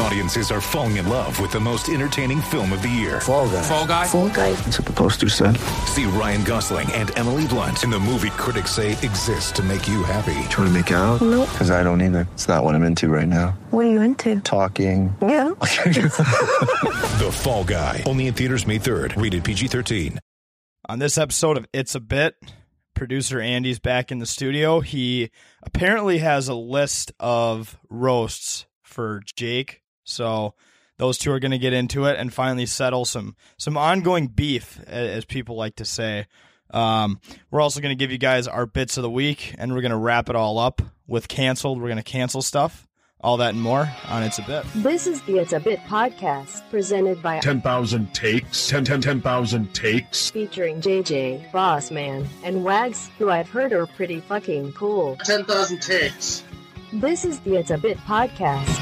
Audiences are falling in love with the most entertaining film of the year. Fall guy. Fall guy. Fall guy. That's what the poster said. See Ryan Gosling and Emily Blunt in the movie critics say exists to make you happy. Trying to make it out? No. Because I don't either. It's not what I'm into right now. What are you into? Talking. Yeah. The Fall Guy. Only in theaters May 3rd. Rated PG-13. On this episode of It's a Bit, producer Andy's back in the studio. He apparently has a list of roasts for Jake. So those two are going to get into it and finally settle some some ongoing beef a- as people like to say. Um, we're also going to give you guys our bits of the week and we're going to wrap it all up with canceled. We're going to cancel stuff, all that and more on It's a Bit. This is the It's a Bit podcast presented by 10,000 takes, 10, 10, 10,000 takes. featuring JJ, Bossman, and Wags, who I've heard are pretty fucking cool. 10,000 takes. This is the It's a Bit podcast.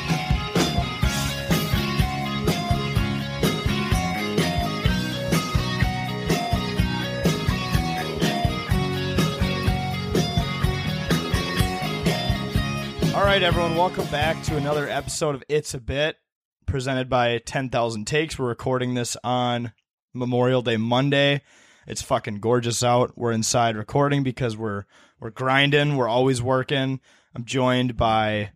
All right, everyone, welcome back to another episode of It's a Bit, presented by 10,000 Takes. We're recording this on Memorial Day Monday. It's fucking gorgeous out. We're inside recording because we're we're grinding. We're always working. I'm joined by,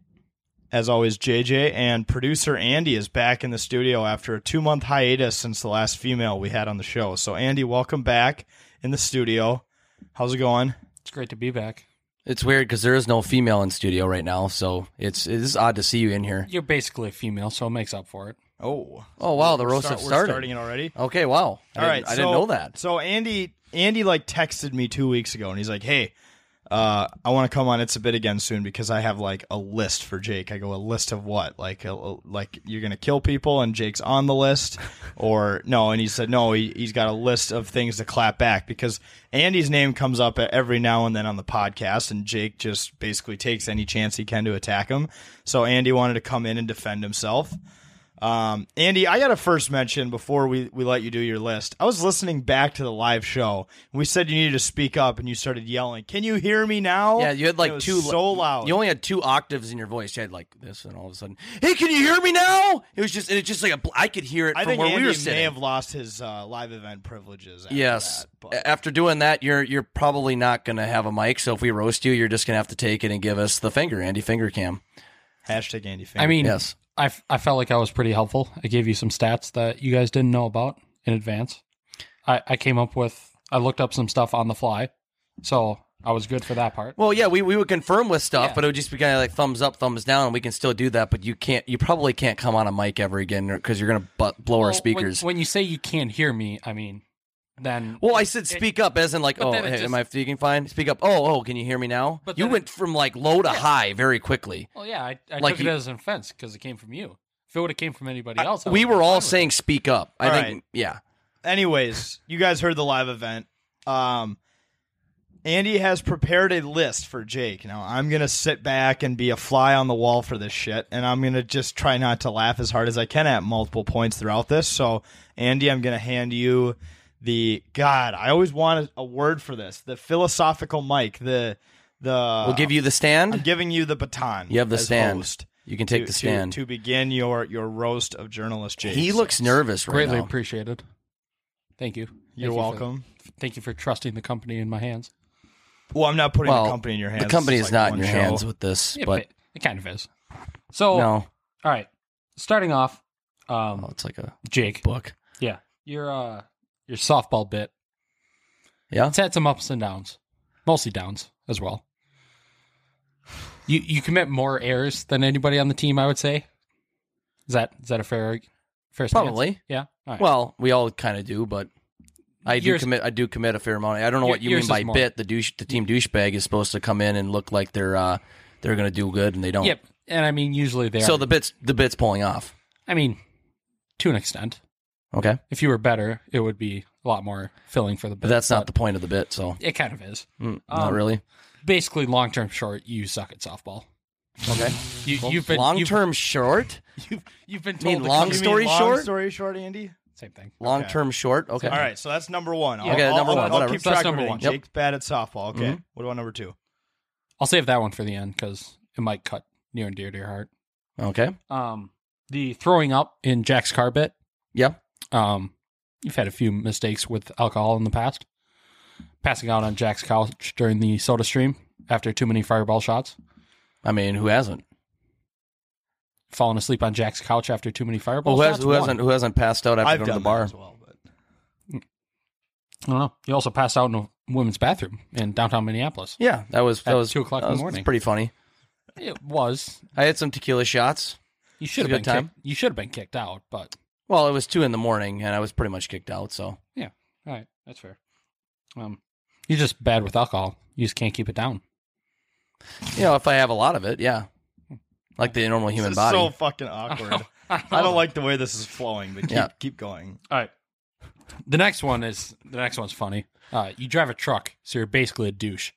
as always, JJ and producer Andy is back in the studio after a two month hiatus since the last female we had on the show. So Andy, welcome back in the studio. How's it going? It's great to be back. It's weird because there is no female in studio right now, so it's it is odd to see you in here. You're basically a female, so it makes up for it. Oh, Oh wow, the roast Start- have we're started. starting it already. Okay, wow. I All right, didn't- I didn't so- know that. So Andy, Andy like texted me two weeks ago, and he's like, "Hey, uh, I want to come on It's a Bit again soon because I have like a list for Jake. I go a list of what? Like, a, like you're gonna kill people, and Jake's on the list, or no? And he said no. He, he's got a list of things to clap back because Andy's name comes up e, every now and then on the podcast, and Jake just basically takes any chance he can to attack him. So Andy wanted to come in and defend himself. Um, Andy, I got a first mention before we, we let you do your list. I was listening back to the live show. We said you needed to speak up, and you started yelling. Can you hear me now? Yeah, you had It like was two so loud. You only had two octaves in your voice. You had like this, and all of a sudden, hey, can you hear me now? It was just, it was just like a, bl- I could hear it I from think where Andy we were may sitting. have lost his uh, live event privileges. After yes. Eh. that, but- After doing that, you're you're probably not gonna have a mic. So if we roast you, you're just gonna have to take it and give us the finger, Andy finger cam. hashtag Andy. Finger. I mean, Yes. I, f- I felt like I was pretty helpful. I gave you some stats that you guys didn't know about in advance. I, I came up with, I looked up some stuff on the fly, so I was good for that part. Well, yeah, we, we would confirm with stuff, Yeah. but it would just be kind of like thumbs up, thumbs down, and we can still do that. But you can't, you probably can't come on a mic ever again because you're gonna butt, blow Well, our when- speakers. When, you say you can't hear me, I mean, then. well, I said speak up, as in like, But oh, then it hey, just- am I speaking fine? Speak up. Oh, oh, can you hear me now? But you then it- went from like low to high very quickly. Well, yeah, I, I Like took you- it as an offense because it came from you. If it would have came from anybody I- else, I we would've been were fine all with it. saying speak up. I All think, right. yeah. Anyways, you guys heard the live event. Um, Andy has prepared a list for Jake. Now I'm gonna sit back and be a fly on the wall for this shit, and I'm gonna just try not to laugh as hard as I can at multiple points throughout this. So, Andy, I'm gonna hand you the God. I always wanted a word for this. The philosophical mic. The the We'll give you the stand. Uh, I'm giving you the baton. you have the as stand. host You can take to- the to- stand. to, begin your your roast of journalist Jake. he looks nervous right Greatly now. appreciated. Thank you. You're Thank you for- welcome. thank you for trusting the company in my hands. Well, I'm not putting well, the company in your hands. The company It's is like not in one your show. hands with this, Yeah, oh. but it kind of is. So, no, all right. Starting off, um, oh, it's like a Jake, book. yeah, your uh, your softball bit. Yeah. It's had some ups and downs, mostly downs as well. You you commit more errors than anybody on the team, I would say. Is that is that a fair fair stance? Probably. Yeah. All right. Well, we all kind of do, but I do Yours- commit. I do commit a fair amount. I don't know Your- what you yours mean by is more. bit. The douche, the team douchebag is supposed to come in and look like they're uh, they're going to do good, and they don't. Yep. And I mean, usually they So are. the bits, the bits pulling off. I mean, to an extent. Okay, If you were better, it would be a lot more filling for the bit. but that's not the point of the bit. So It kind of is. Mm, Uh, Um, not really. Basically, long term short, you suck at softball. Okay, You, you've been long you've- term short. You've, you've been mean told to long come- You mean story long short? Story short, Andy. Same thing. Long term short. Okay. All right, so that's number one. I'll, Okay, I'll- number I'll- one, Mm-hmm. I'll whatever. keep That's track number of one. one. Yep. Jake's bad at softball. Okay, what about number two? I'll save that one for the end because it might cut near and dear to your heart. Okay. Um, the throwing up in Jack's car bit. Yeah. Um, you've had a few mistakes with alcohol in the past. Passing out on Jack's couch during the soda stream after too many fireball shots. I mean, who hasn't? Falling asleep on Jack's couch after too many fireball Well, who, has, shots. who One. hasn't? Who hasn't passed out after I've going done to the that bar? as well, but I don't know. You also passed out in a women's bathroom in downtown Minneapolis. Yeah, that was that At was two o'clock that in the was morning. Pretty funny. It was. I had some tequila shots. You should have It's a been good time. time. you should have been kicked out, but Well, it was two in the morning, and I was pretty much kicked out. So all right, that's fair. Um, you're just bad with alcohol. You just can't keep it down. you know, if I have a lot of it, yeah, like the normal this human is body. so fucking awkward. I don't like the way this is flowing, but keep, Yeah. keep going. All right. The next one is the next one's funny. Uh, you drive a truck, so you're basically a douche.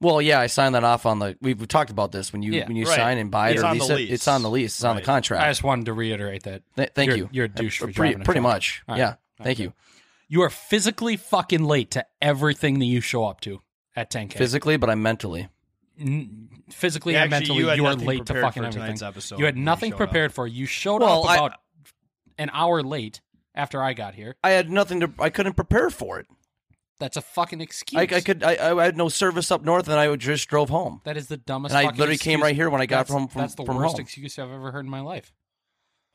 Well, yeah, I signed that off on the. We've we've talked about this when you Yeah, when you right. sign and buy it It's or on the lease it, lease. it's on the lease, it's on the Right. I contract. just wanted to reiterate that. Th- thank you're- you. you're a douche for pretty driving a pretty truck. much. All right. Yeah, All right, thank good. you. You are physically fucking late to everything that you show up to at 10K. Physically, but I'm mentally. N- physically Yeah, and actually, mentally, you had you, are nothing late to prepared fucking for everything. tonight's episode you had when you nothing showed up. prepared for. You showed Well, up I- about an hour late after I got here. I had nothing to. I couldn't prepare for it. That's a fucking excuse. I, I could. I, I had no service up north, and I would just drove home. That is the dumbest. And I fucking literally came excuse. right here when I got That's- from- from- That's the from worst home. excuse I've ever heard in my life.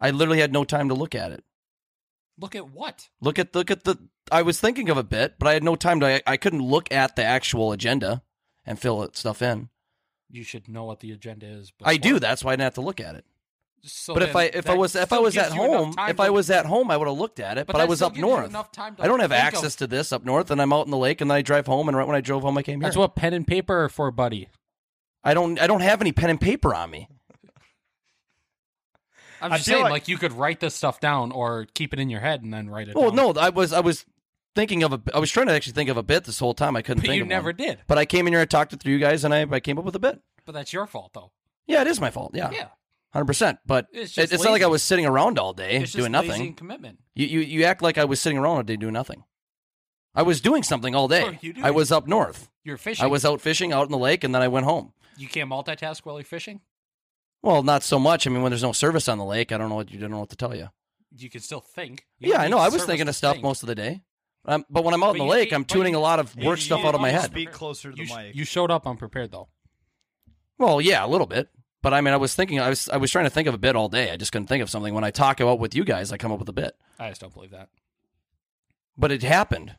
I literally had no time to look at it. Look at what Look at look at the. I was thinking of a bit, but I had no time to. I, I couldn't look at the actual agenda and fill it stuff in. you should know what the agenda is. I do. before. That's why I didn't have to look at it. So but if then I if I that was if I still was gives at you enough home time if to- I was at home I would have looked at it. But But, that I was still up gives you north. enough time to I don't have think access of- to this up north, and I'm out in the lake, and then I drive home, and right when I drove home, I came here. that's what pen and paper are for, buddy. I don't I don't have any pen and paper on me. I'm I just feel saying, like, like- you could write this stuff down or keep it in your head and then write it. Well, down. no, I was I was thinking of a I was trying to actually think of a bit this whole time. I couldn't but think. you of never one. did. But I came in here, I talked to three guys, and I I came up with a bit. But that's your fault, though. Yeah, it is my fault. Yeah, Yeah, hundred percent. But It's it's, just it's, not like I lazy. was sitting around all day it's just doing lazy nothing. and commitment. You, you you act like I was sitting around all day doing nothing. I was doing something all What day. were Oh, you doing? I was up north. You're fishing. I was out fishing out in the lake, and then I went home. You can't multitask while you're fishing. Well, not so much. I mean, when there's no service on the lake, I don't know what you don't know what to tell you. You can still think. You Yeah, don't I need know. I was service thinking to of stuff think. most of the day, um, but when I'm But out in the you lake, can't- I'm but you- tuning a lot of you- work you stuff can't out of my always head. be- Speak closer to You, the sh- mic. you showed up unprepared though. Well, yeah, a little bit. But I mean, I was thinking, I was, I was trying to think of a bit all day. I just couldn't think of something. When I talk about with you guys, I come up with a bit. I just don't believe that. But it happened.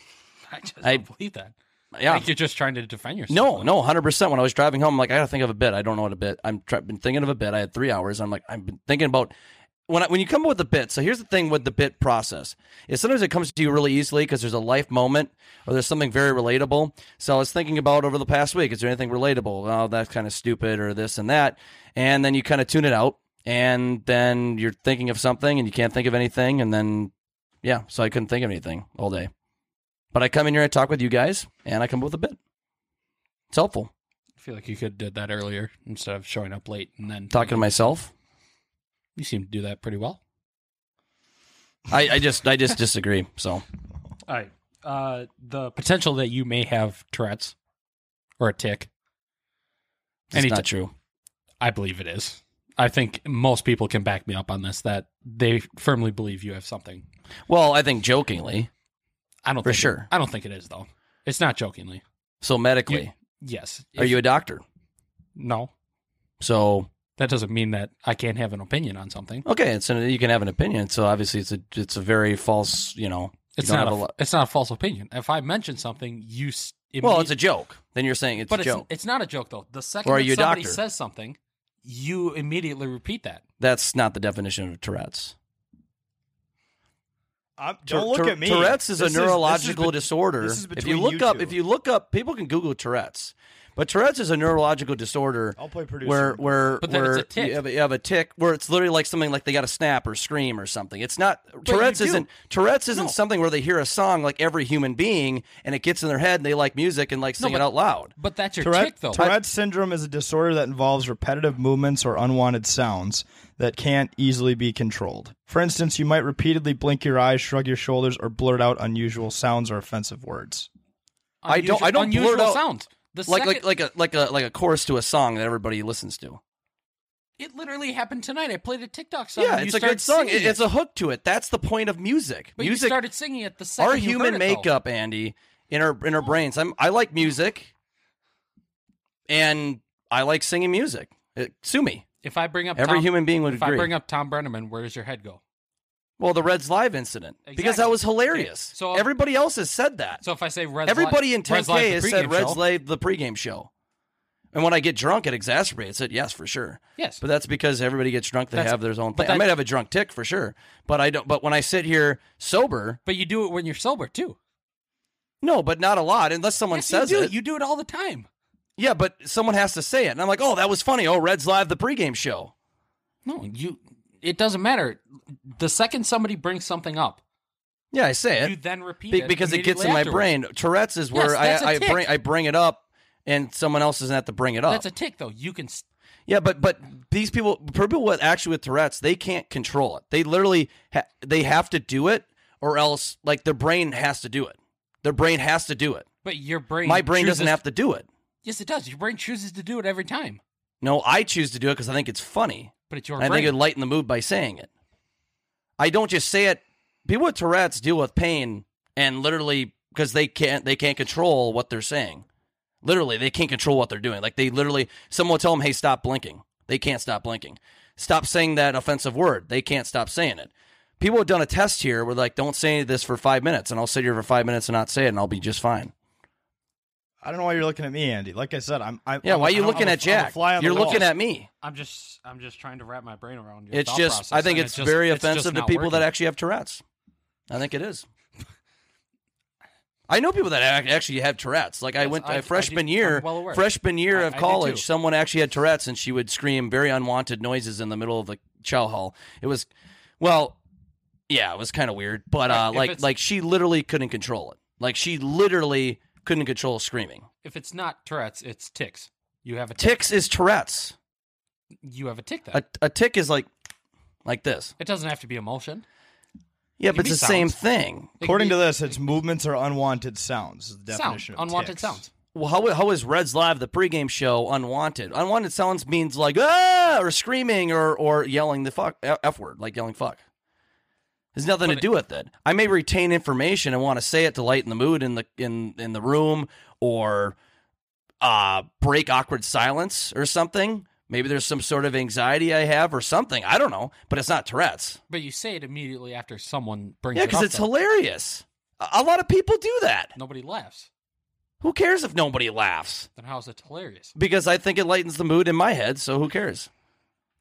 I just I- don't believe that. Yeah. Like you're just trying to defend yourself. No, no, hundred percent. When I was driving home, I'm like, I gotta think of a bit. I don't know what a bit. I'm try- been thinking of a bit. I had three hours. I'm like, I've been thinking about when I, when you come up with a bit. So here's the thing with the bit process: is sometimes it comes to you really easily because there's a life moment or there's something very relatable. So I was thinking about over the past week: is there anything relatable? Oh, that's kind of stupid, or this and that. And then you kind of tune it out, and then you're thinking of something, and you can't think of anything, and then yeah. So I couldn't think of anything all day. But I come in here, I talk with you guys, and I come up with a bit. It's helpful. I feel like you could have did that earlier instead of showing up late and then talking to myself. You seem to do that pretty well. I, I just I just disagree. So All right. Uh, the potential that you may have Tourette's or a tick. it's Any not ti- true. I believe it is. I think most people can back me up on this that they firmly believe you have something. Well, I think jokingly. I don't For think it- sure. I don't think it is though. It's not jokingly. So medically, Yes. are If- you a doctor? No. So That doesn't mean that I can't have an opinion on something. okay, it's an, you can have an opinion. So obviously, it's a it's a very false. You know, you It's don't not a, have a lot- it's not a false opinion. If I mention something, you s- well, imme- it's a joke. Then you're saying it's but a it's, joke. it's not a joke though. The second Or are that you a somebody doctor? says something, you immediately repeat that. That's not the definition of Tourette's. I'm- don't look Tour- at me. Tourette's is This a this neurological be- disorder. This is if between you look up, two. if you look up, people can Google Tourette's. But Tourette's is a neurological disorder. I'll play producer. Where where But then where it's a tic. You, have a, you have a tick where it's literally like something like they got to snap or scream or something. It's not you Tourette's do. isn't Tourette's isn't something where they hear a song like every human being and it gets in their head and they like music and like sing but- it out loud. But that's your Tourette, tick, though. Tourette's syndrome is a disorder that involves repetitive movements or unwanted sounds that can't easily be controlled. For instance, you might repeatedly blink your eyes, shrug your shoulders, or blurt out unusual sounds or offensive words. I don't- I don't unusual blurt out- sounds. The Like second, like like a like a like a chorus to a song that everybody listens to. it literally happened tonight. I played a TikTok song. Yeah, and it's you a started good song. It- singing It's a hook to it. That's the point of music. But music you started singing it the second. our you human heard it, though. makeup, Andy, in our in our brains. I'm I like music, and I like singing music. Uh, sue me. If I bring up Every Tom- human being would if agree. I bring up Tom Brenneman, where does your head go? Well, the Reds Live incident because Exactly. that was hilarious. Okay, so- um, everybody else has said that. So if I say Reds, everybody Live- in 10K Reds Live, the has said pregame Reds show, Live the pregame show. And when I get drunk, it exacerbates it. Yes, for sure. Yes. but that's because everybody gets drunk. They That's- have their own but thing. I that- might have a drunk tick for sure, but I don't. But when I sit here sober, but you do it when you're sober too. no, but not a lot, unless someone Yes, says you do. it. You do it all the time. Yeah, but someone has to say it. And I'm like, oh, that was funny. Oh, Reds Live, the pregame show. No, you. It doesn't matter. The second somebody brings something up, Yeah, I say it. you then repeat Be- it because it gets in immediately my afterwards. brain. Tourette's is where Yes, that's a I, I, tick. bring, I bring it up and someone else doesn't have to bring it up. That's a tick, though. You can. s- yeah, but but these people, people with actually with Tourette's, they can't control it. They literally ha- they have to do it or else like their brain has to do it. Their brain has to do it. But your brain. My brain doesn't chooses- have to do it. Yes, it does. Your brain chooses to do it every time. No, I choose to do it because I think it's funny. But it's your I brain. think it'd lighten the mood by saying it. I don't just say it. People with Tourette's deal with pain and literally because they can't they can't control what they're saying. Literally, they can't control what they're doing. Like they literally, someone will tell them, "Hey, stop blinking." They can't stop blinking. Stop saying that offensive word. They can't stop saying it. People have done a test here where like, don't say this for five minutes, and I'll sit here for five minutes and not say it, and I'll be just fine. I don't know why you're looking at me, Andy. Like I said, I'm. I'm Yeah, I'm- why are you I'm- looking I'm a- I'm at a Jack? fly on the You're wall. looking at me. I'm just. I'm just trying to wrap my brain around your. It's thought just, process, I think and it's just- very it's just offensive to not people that working. actually have Tourette's. I think it is. I know people that ac- actually have Tourette's. Like I Yes, went I- I I, do- freshman I'm year, well aware. freshman year I- of I did too. college, someone actually had Tourette's, and she would scream very unwanted noises in the middle of the chow hall. It was, well, yeah, it was kind of weird, but Right, uh, if like it's- like she literally couldn't control it. Like she literally couldn't control screaming. If it's not Tourette's, it's ticks. You have a tick. Ticks is Tourette's. You have a tick. Then A, a tick is like like this. it doesn't have to be emotion. Yeah, It but can it's the be same sounds. thing. It can According be to this, it's movements or unwanted sounds. Is the sound, definition of unwanted tics. sounds. Well, how, how is Reds Live the pregame show unwanted? Unwanted sounds means like ah or screaming or or yelling the fuck f word like yelling fuck. There's nothing to do with it. I may retain information and want to say it to lighten the mood in the in in the room or uh break awkward silence or something. Maybe there's some sort of anxiety I have or something. I don't know, but it's not Tourette's. But you say it immediately after someone brings Yeah, it up. because it's though. hilarious. A a lot of people do that. Nobody laughs. Who cares if nobody laughs? Then how is it hilarious? Because I think it lightens the mood in my head, so who cares?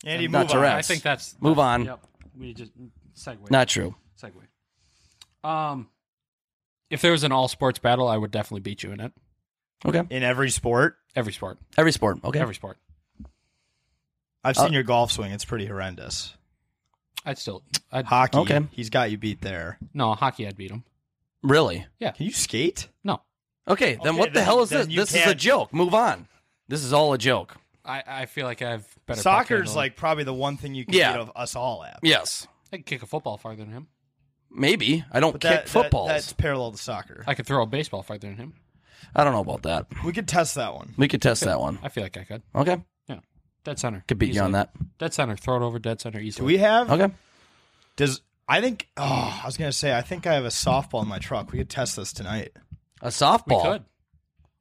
Andy, Not move on. Tourette's. I think that's Move on. Yep. We just segue. Not true. segue. Um, if there was an all sports battle, I would definitely beat you in it. Okay. In every sport, Every sport. Every sport. Okay. Every sport. I've Uh, seen your golf swing. It's pretty horrendous. I'd still. I'd, Hockey, Okay. he's got you beat there. no hockey. I'd beat him. Really? Can you skate? No, Okay. Then Okay, what the then- hell is then this? you This is a can't- joke. Move on. This is all a joke. I, I feel like I have better. puck Soccer's handling. like probably the one thing you can Yeah. get of us all at. Yes. I could kick a football farther than him. Maybe I don't But kick that, footballs. That, that's parallel to soccer. I could throw a baseball farther than him. I don't know about that. We could test that one. We could test that one. I feel like I could. Okay. Yeah, dead center. Could beat you Easily. on that. Dead center. Throw it over. Dead center. Do Easily. we have? Okay. Does I think? Oh, I was gonna say I think I have a softball in my truck. We could test this tonight. A We softball. could.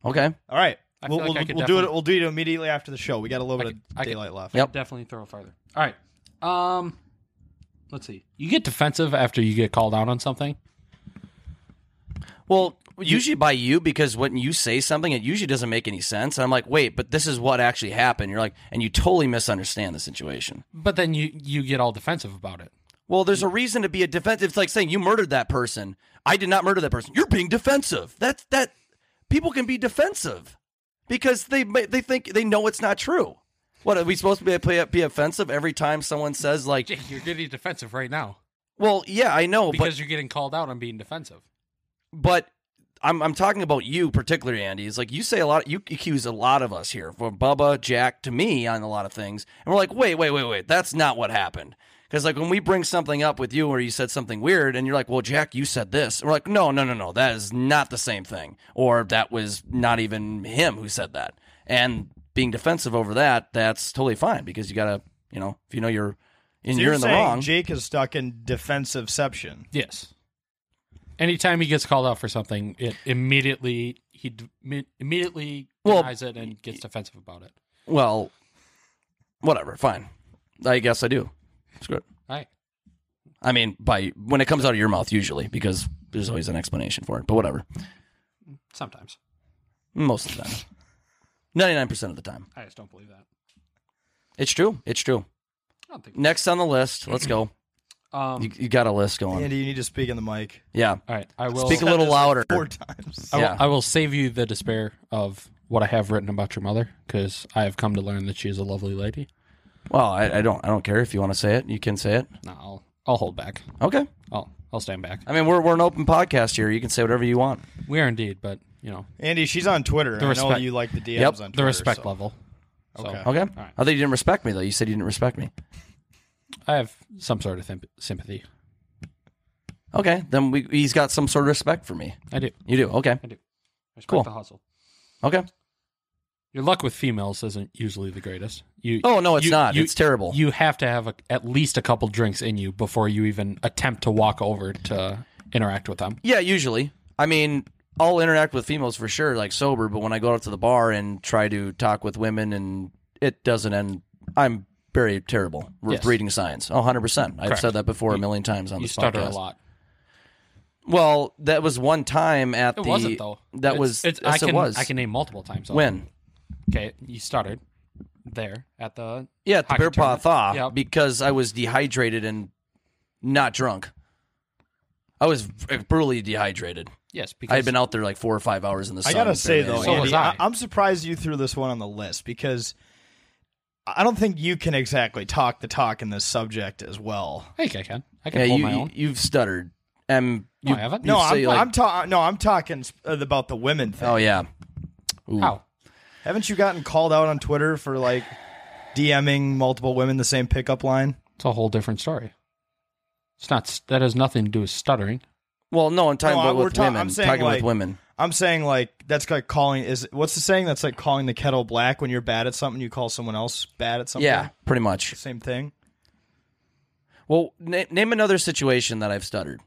Okay. All right. I feel We'll, like we'll, I could we'll do it. definitely- We'll do it immediately after the show. We got a little bit could- I of could- daylight left. Yep. Definitely throw farther. All right. Um, let's see. You get defensive after you get called out on something. Well, usually by you because when you say something, it usually doesn't make any sense. I'm like, wait, but this is what actually happened. You're like, and you totally misunderstand the situation. But then you you get all defensive about it. Well, there's a reason to be a defensive. It's like saying you murdered that person. I did not murder that person. You're being defensive. That's that. People can be defensive. because they ma- they think they know it's not true. What are we supposed to be play, be offensive every time someone says like, Jake, you're getting defensive right now "Well, yeah, I know," because Oh, but you're getting called out on being defensive. but I'm I'm talking about you particularly, Andy. It's like you say a lot. You accuse a lot of us here, from Bubba, Jack, to me, on a lot of things, and we're like, "Wait, wait, wait, wait, that's not what happened." Because like when we bring something up with you, or you said something weird, and you're like, "Well, Jack, you said this," and we're like, "No, no, no, no, that is not the same thing," or "That was not even him who said that." And being defensive over that, that's totally fine because you gotta, you know, if you know you're and So you're, in the saying wrong. Jake is stuck in defensiveception. Yes. Anytime he gets called out for something, it immediately he d- mi- immediately Well, denies it and gets defensive about it. well, whatever, fine. I guess I do. Screw it. All right. I mean, by when it comes out of your mouth, usually, because there's always an explanation for it. But whatever, Sometimes. most of the time, ninety nine percent of the time, I just don't believe that. it's true. It's true. I don't think. Next on the list, let's go. Um, You, you got a list going. Andy, you need to speak in the mic Yeah, all right. I will. speak a little louder. four times. I will, Yeah. I will save you the despair of what I have written about your mother because I have come to learn that she is a lovely lady. Well, I, I don't. I don't care if you want to say it. You can say it. No, I'll, I'll hold back. Okay. I'll I'll stand back. I mean, we're we're an open podcast here. You can say whatever you want. We are indeed, but you know Andy, she's on Twitter. I know respect- you like the DMs Yep, on Twitter. the respect so- level. So Okay. Okay. right. I thought you didn't respect me though. You said you didn't respect me. I have some sort of thim- sympathy. Okay. Then we, he's got some sort of respect for me. I do. You do. Okay. I do. Respect Cool. the hustle. Okay. Your luck with females isn't usually the greatest. You Oh, no, it's you- not. you- It's terrible. You have to have a, at least a couple drinks in you before you even attempt to walk over to interact with them. Yeah, usually. I mean, I'll interact with females for sure, like sober. But when I go out to the bar and try to talk with women, and it doesn't end, I'm very terrible with Yes. reading signs. Oh, 100 percent. I've Correct. said that before a million times on You this stutter podcast. a lot. Well, that was one time at It the. wasn't though. That It's- was. It's, yes, I can, it was. I can name multiple times. though. when. Okay, you stuttered there at the Yeah, at the Hockey beer paw tournament. thaw Yep. because I was dehydrated and not drunk. I was brutally dehydrated. yes because I had been out there like four or five hours in the sun. I gotta say barely though, So anything. was Andy, I. I. I'm surprised you threw this one on the list because I don't think you can exactly talk the talk in this subject as well. I think I can. I can Yeah, hold you, my you own. you've stuttered. Um, No, you, I haven't. you No, I'm, say, like- I'm ta- no, I'm talking sp- uh, about the women thing. Oh yeah. Ooh. How? Haven't you gotten called out on Twitter for like DMing multiple women the same pickup line? It's a whole different story. It's not. s- That has nothing to do with stuttering. Well, no, I'm talking No, I- about we're with ta- women. I'm saying, talking with like- women. I'm saying like that's like calling is what's the saying that's like calling the kettle black when you're bad at something you call someone else bad at something. Yeah, pretty much. same thing. Well, na- name another situation that I've stuttered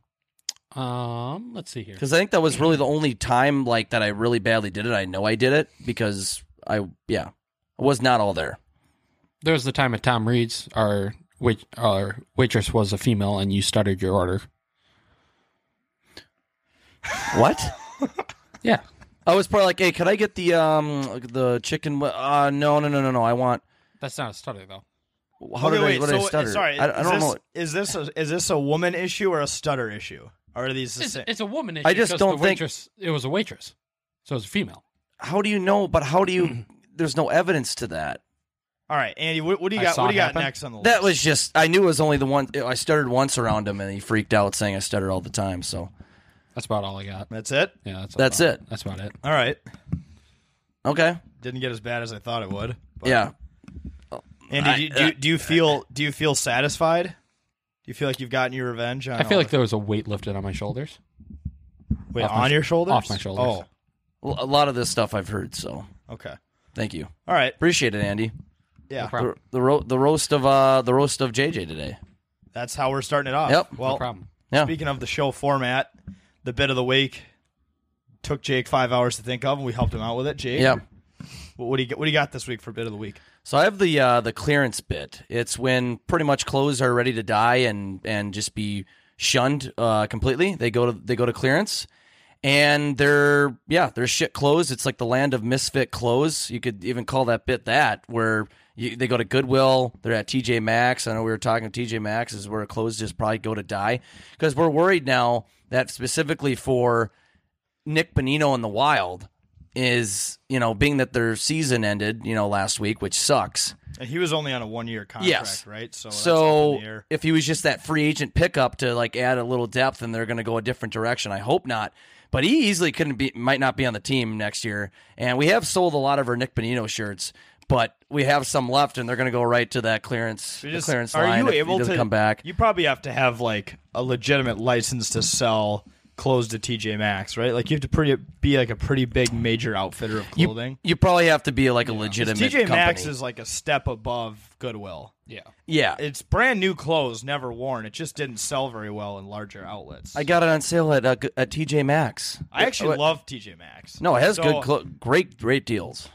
Um, let's see here. because I think that was really the only time like that I really badly did it. I know I did it because I yeah I was not all there. There was the time at Tom Reed's. Our wait, our waitress was a female, and you stuttered your order. What? Yeah, I was probably like, hey, could I get the um the chicken? wi- Uh, no, no, no, no, no. I want. that's not a stutter though. How Okay, did wait, I, what so, did I stutter? Sorry, I, I is don't this, know. Is this a, is this a woman issue or a stutter issue? Or are these the It's, same? it's a woman. Issue I just because don't the think- waitress, it was a waitress, so it was a female. How do you know? But how do you? There's no evidence to that. All right, Andy, what, what do you I got? saw What do it you got happen. next on the list? That was just I knew it was only the one I stuttered once around him and he freaked out saying I stutter all the time. So That's about all I got. that's it. Yeah, that's That's about- it. That's about it. All right, okay. didn't get as bad as I thought it would. But Yeah. I- uh, Andy, do, do, you- do you feel do you feel satisfied? Do you feel like you've gotten your revenge? On I feel all like there was a weight lifted on my shoulders. the- wait off my on sh- your shoulders, off my shoulders. Well, A lot of this stuff I've heard, so Oh, okay. thank you. All right, Appreciate it, Andy. yeah, problem. The, the, ro- the roast of uh the roast of JJ today. that's how we're starting it off. Yep. Well, No problem. Yeah. speaking of the show format, the bit of the week took Jake five hours to think of, and we helped him out with it. Jake, Yeah. What, what do you get? What do you got this week for bit of the week? So I have the uh, the clearance bit. It's when pretty much clothes are ready to die and and just be shunned uh, completely. They go to they go to clearance, and they're yeah they're shit clothes. It's like the land of misfit clothes. You could even call that bit that where you, they go to Goodwill. They're at TJ Maxx. I know we were talking to TJ Maxx is where clothes just probably go to die because we're worried now that specifically for Nick Bonino in the Wild is you know being that their season ended you know last week, which sucks. And he was only on a one year contract, Yes. right? So that's up So in the air. if he was just that free agent pickup to like add a little depth, and they're going to go a different direction. I hope not. But he easily couldn't be, might not be on the team next year. And we have sold a lot of our Nick Bonino shirts, but we have some left, and they're going to go right to that clearance. We the just- clearance are line you if he able doesn't to come back? You probably have to have like a legitimate license to sell clothes to TJ Maxx, right? Like you have to pretty be like a pretty big major outfitter of You- clothing. You, probably have to be like a 'Cause legitimate TJ company. Maxx is like a step above Goodwill. Yeah. yeah. It's brand new clothes, never worn. It just didn't sell very well in larger outlets. I got it on sale at uh, g- at TJ Maxx. I actually What- love TJ Maxx. No, it has So, good, clo- great, great deals.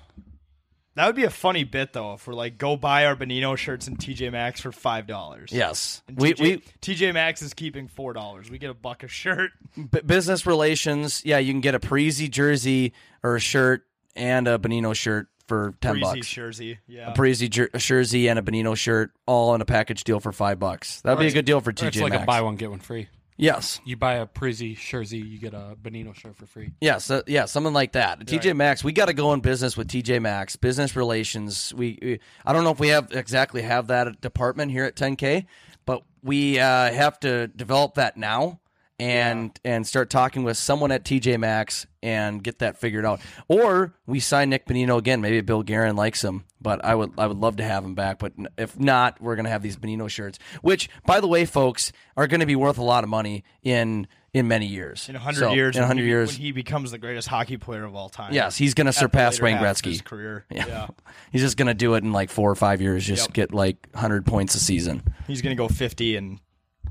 That would be a funny bit though, if we're like, go buy our Benino shirts in TJ Maxx for five dollars. Yes, And we TJ, we TJ Maxx is keeping four dollars. We get a buck a shirt. b- business relations. Yeah, you can get a Parisi jersey or a shirt and a Benino shirt for ten Breezy bucks. jersey. Yeah. A Parisi jer- jersey and a Benino shirt, all in a package deal for five bucks. That'd be a good deal for It's TJ like Maxx. a buy one get one free. Yes, You buy a Prizzy jersey, you get a Benino shirt for free. Yes, uh, yeah, something like that. TJ Maxx, we got to go in business with TJ Maxx, business relations. We, we, I don't know if we have exactly have that department here at 10K, but we uh, have to develop that now and and start talking with someone at TJ Maxx and get that figured out. Or we sign Nick Benino again. Maybe Bill Guerin likes him, but I would I would love to have him back. But n- if not, we're gonna have these Benino shirts, which by the way, folks, are going to be worth a lot of money in. In many years, In hundred So, years, in when hundred he- years, when he becomes the greatest hockey player of all time. Yes, he's going to At the surpass later Wayne half of his Gretzky. career. Yeah. Yeah. He's just going to do it in like four or five years, just Yep. get like 100 points a season. he's gonna go fifty in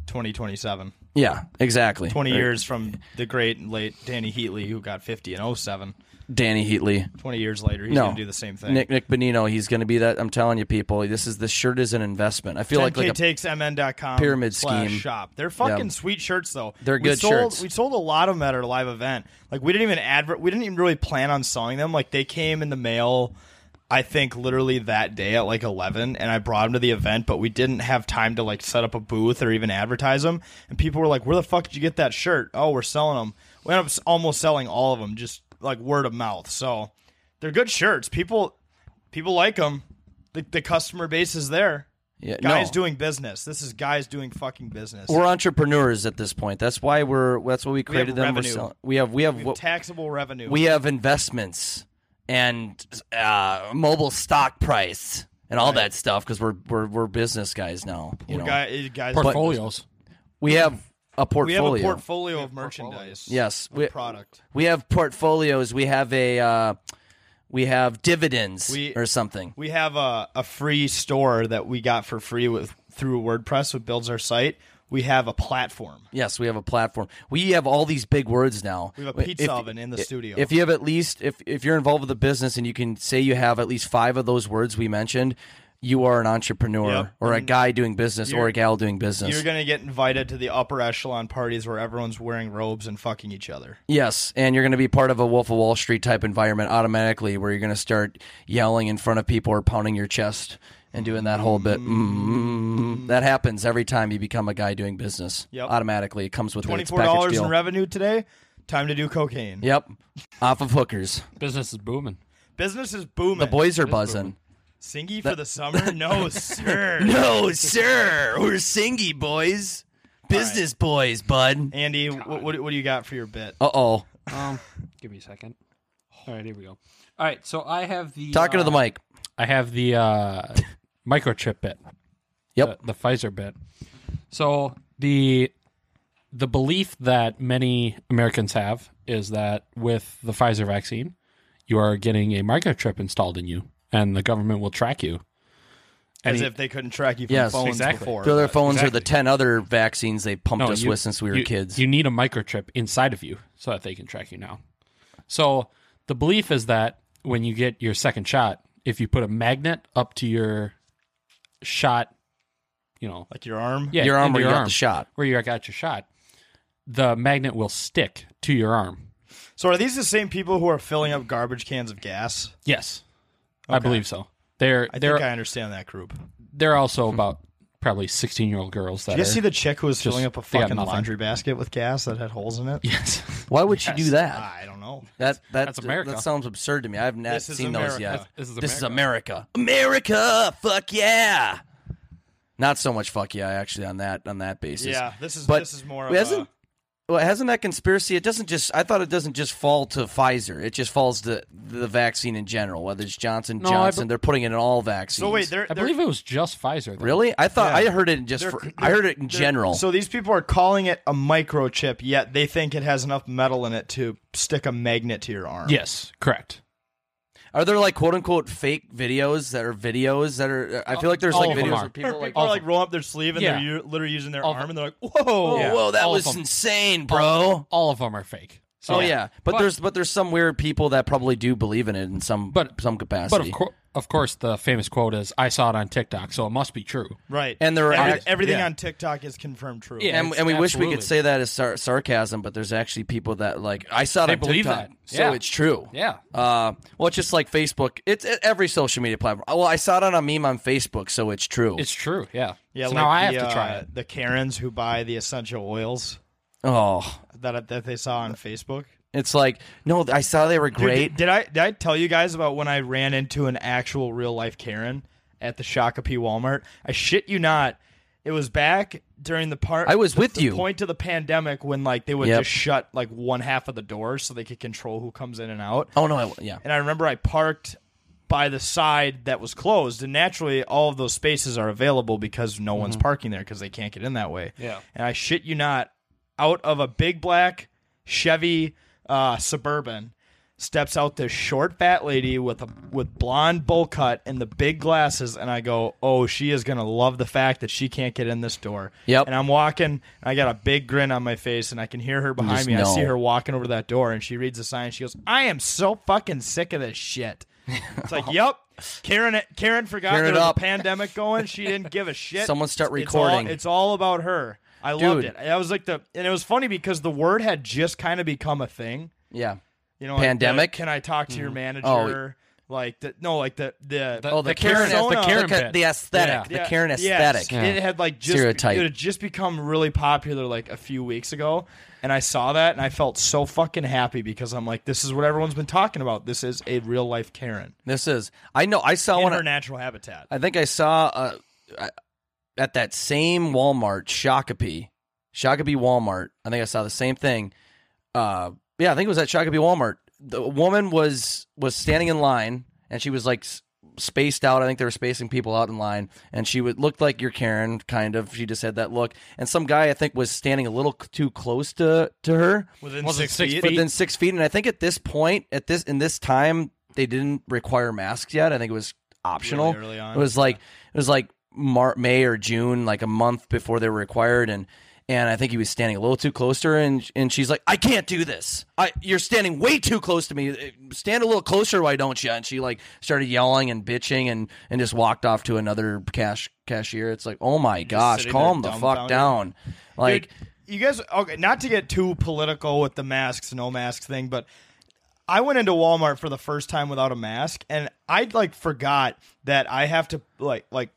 twenty twenty seven. Yeah, exactly. Twenty Or years from the great and late Danny Heatley, who got fifty in 07. Danny Heatley. 20 years later, he's no. gonna do the same thing. Nick Nick Benino, he's going to be that. I'm telling you, people, this is this shirt is an investment. I feel like, 10K like a, takes mn.com pyramid slash scheme. shop. They're fucking sweet shirts though. They're we good sold, shirts. We sold a lot of them at our live event. Like we didn't even advert. We didn't even really plan on selling them. Like they came in the mail. I think literally that day at like 11 and I brought them to the event but we didn't have time to like set up a booth or even advertise them and people were like where the fuck did you get that shirt? Oh, we're selling them. We ended up s- almost selling all of them just like word of mouth. So they're good shirts. People people like them. The, the customer base is there yeah, guys no. doing business. This is guys doing fucking business. We're entrepreneurs at this point. That's why we're. That's why we have created them. We're revenue. selling- we have. We have. we have what- taxable revenue. we have investments and uh, mobile stock price and all that stuff because we're, we're we're business guys now. You We're know, guy- eh, guys, Portfolios. we have a we portfolio. have a portfolio of merchandise. Yes, of we product. we have portfolios. We have a uh, we have dividends We- or something. We have a, a free store that we got for free with through WordPress, who builds our site. We have a platform. Yes, we have a platform. We have all these big words now. We have a pizza If- oven in the studio. If you have at least if if you're involved with a business and you can say you have at least five of those words we mentioned, you are an entrepreneur Yep. or a guy doing business or You're- a gal doing business. You're gonna get invited to the upper echelon parties where everyone's wearing robes and fucking each other. Yes, and you're going to be part of a Wolf of Wall Street type environment automatically, where you're going to start yelling in front of people or pounding your chest and doing that whole bit. mm That happens every time you become a guy doing business. Yep. Automatically, it comes with it. Twenty It's a four package dollars in deal. revenue today. Time to do cocaine. Yep, off of hookers. Business is booming. Business is booming. The boys are buzzing. Singy for the summer? No, sir. No, sir, we're singy boys, business boys, bud. Andy, what, what, what do you got for your bit? Uh oh, Um, give me a second. All right, here we go. All right, so I have the talking to the uh, mic. I have the uh, microchip bit. Yep. the, the Pfizer bit. So the the belief that many Americans have is that with the Pfizer vaccine, you are getting a microchip installed in you, and the government will track you. As Any- if they couldn't track you from Yes, phones exactly. before. The other phones are Exactly. the ten other vaccines they pumped us you- with since we were you- kids. You need a microchip inside of you so that they can track you now. So the belief is that when you get your second shot, if you put a magnet up to your shot, you know, like your arm? yeah, your arm into where you got the shot. where you got your shot, the magnet will stick to your arm. So are these the same people who are filling up garbage cans of gas? Yes, I believe so. They're I they're think I understand that group. they're also about probably sixteen year old girls that Did you are- see the chick who was filling up a they got fucking nothing. laundry basket with gas that had holes in it? Ah, yes. Why would you do that? I don't know. That, that That's America. That sounds absurd to me. I've not This is seen those America. yet. This is This is America. America. Fuck yeah. Not so much fuck yeah actually on that on that basis. Yeah, this is But this is more. Well, Of hasn't a, well hasn't that conspiracy? It doesn't just. I thought it doesn't just fall to Pfizer. It just falls to the vaccine in general, whether it's Johnson No, I Johnson. be- they're putting it in all vaccines. so wait, they're, I they're- believe it was just Pfizer. though. really? I thought I heard it in just. They're- For, I heard it in they're- general. So these people are calling it a microchip, yet they think it has enough metal in it to stick a magnet to your arm. Yes, correct. are there like quote unquote fake videos that are videos that are? I feel like there's All like of them videos are. where people are like. People are like roll up their sleeve and Yeah. they're u- literally using their All arm, the- and they're like, "Whoa!" Yeah. Oh, Whoa, that All of was them. insane, bro. All of them are fake. So, oh yeah, But, there's but there's some weird people that probably do believe in it in some But- some but capacity. of, cour of course, the famous quote is, "I saw it on TikTok, so it must be true." Right. And they're Every- act- everything yeah. on TikTok is confirmed true. Yeah. and, it's- and we wish we absolutely. could say that as sar- sarcasm, but there's actually people that like I saw it They on believe TikTok, that. so Yeah. it's true. Yeah. Uh, well, it's just like Facebook. It's at every social media platform. Well, I saw it on a meme on Facebook, so it's true. It's true. Yeah. Yeah, So like now I have the, to try uh, it. The Karens who buy the essential oils oh, that that they saw on Facebook. it's like no, I saw they were Dude, great. Did, did I did I tell you guys about when I ran into an actual real life Karen at the Shakopee Walmart? I shit you not. It was back during the part. I was the- with the you. Point to the pandemic when like they would Yep. just shut like one half of the doors so they could control who comes in and out. oh no, I, yeah. And I remember I parked by the side that was closed, and naturally all of those spaces are available because no Mm-hmm. one's parking there because they can't get in that way. Yeah. And I shit you not, out of a big black Chevy uh, Suburban steps out this short fat lady with a with blonde bowl cut and the big glasses and I go, "Oh, she is going to love the fact that she can't get in this door." Yep. And I'm walking, and I got a big grin on my face and I can hear her behind Just me. I see no. her walking over to that door and she reads the sign. She goes, "I am so fucking sick of this shit." It's like, "Yep." Karen Karen forgot Karen there it was up. a pandemic going. She didn't give a shit. Someone start It's- it's all- recording. It's all, about her. I loved Dude. it. That was like the and it was funny because the word had just kind of become a thing. yeah. You know, like, Pandemic? Mm-hmm. the, can I talk to your manager? Like the no, like the the, The- Oh, the, the Karen- Karen, the, the Karen look at bit. the aesthetic, Yeah. the Karen yes, aesthetic. It had like just Stereotype. It had just become really popular like a few weeks ago, and I saw that and I felt so fucking happy because I'm like, this is what everyone's been talking about. This is a real life Karen This is. I know. I saw in one. her natural habitat. I think I saw uh, I- at that same Walmart, Shakopee, Shakopee Walmart. I think I saw the same thing. Uh, yeah, I think it was at Shakopee Walmart. The woman was was standing in line, and she was like s- spaced out. I think they were spacing people out in line, and she would looked like your Karen, kind of. She just had that look, and some guy I think was standing a little c- too close to to her Within Was it six, six feet, feet? within six feet. And I think at this point, at this in this time, they didn't require masks yet. I think it was optional. Really early on, it was like it was like Mar- May or June, like a month before they were required, and and I think he was standing a little too close to her, and and she's like, "I can't do this. I you're standing way too close to me. Stand a little closer, why don't you?" And she like started yelling and bitching, and and just walked off to another cash cashier. It's like, oh my gosh, sitting calm the there fuck dumbfounded. down, like. Dude, you guys okay not to get too political with the masks no masks thing but i went into walmart for the first time without a mask and i like forgot that i have to like like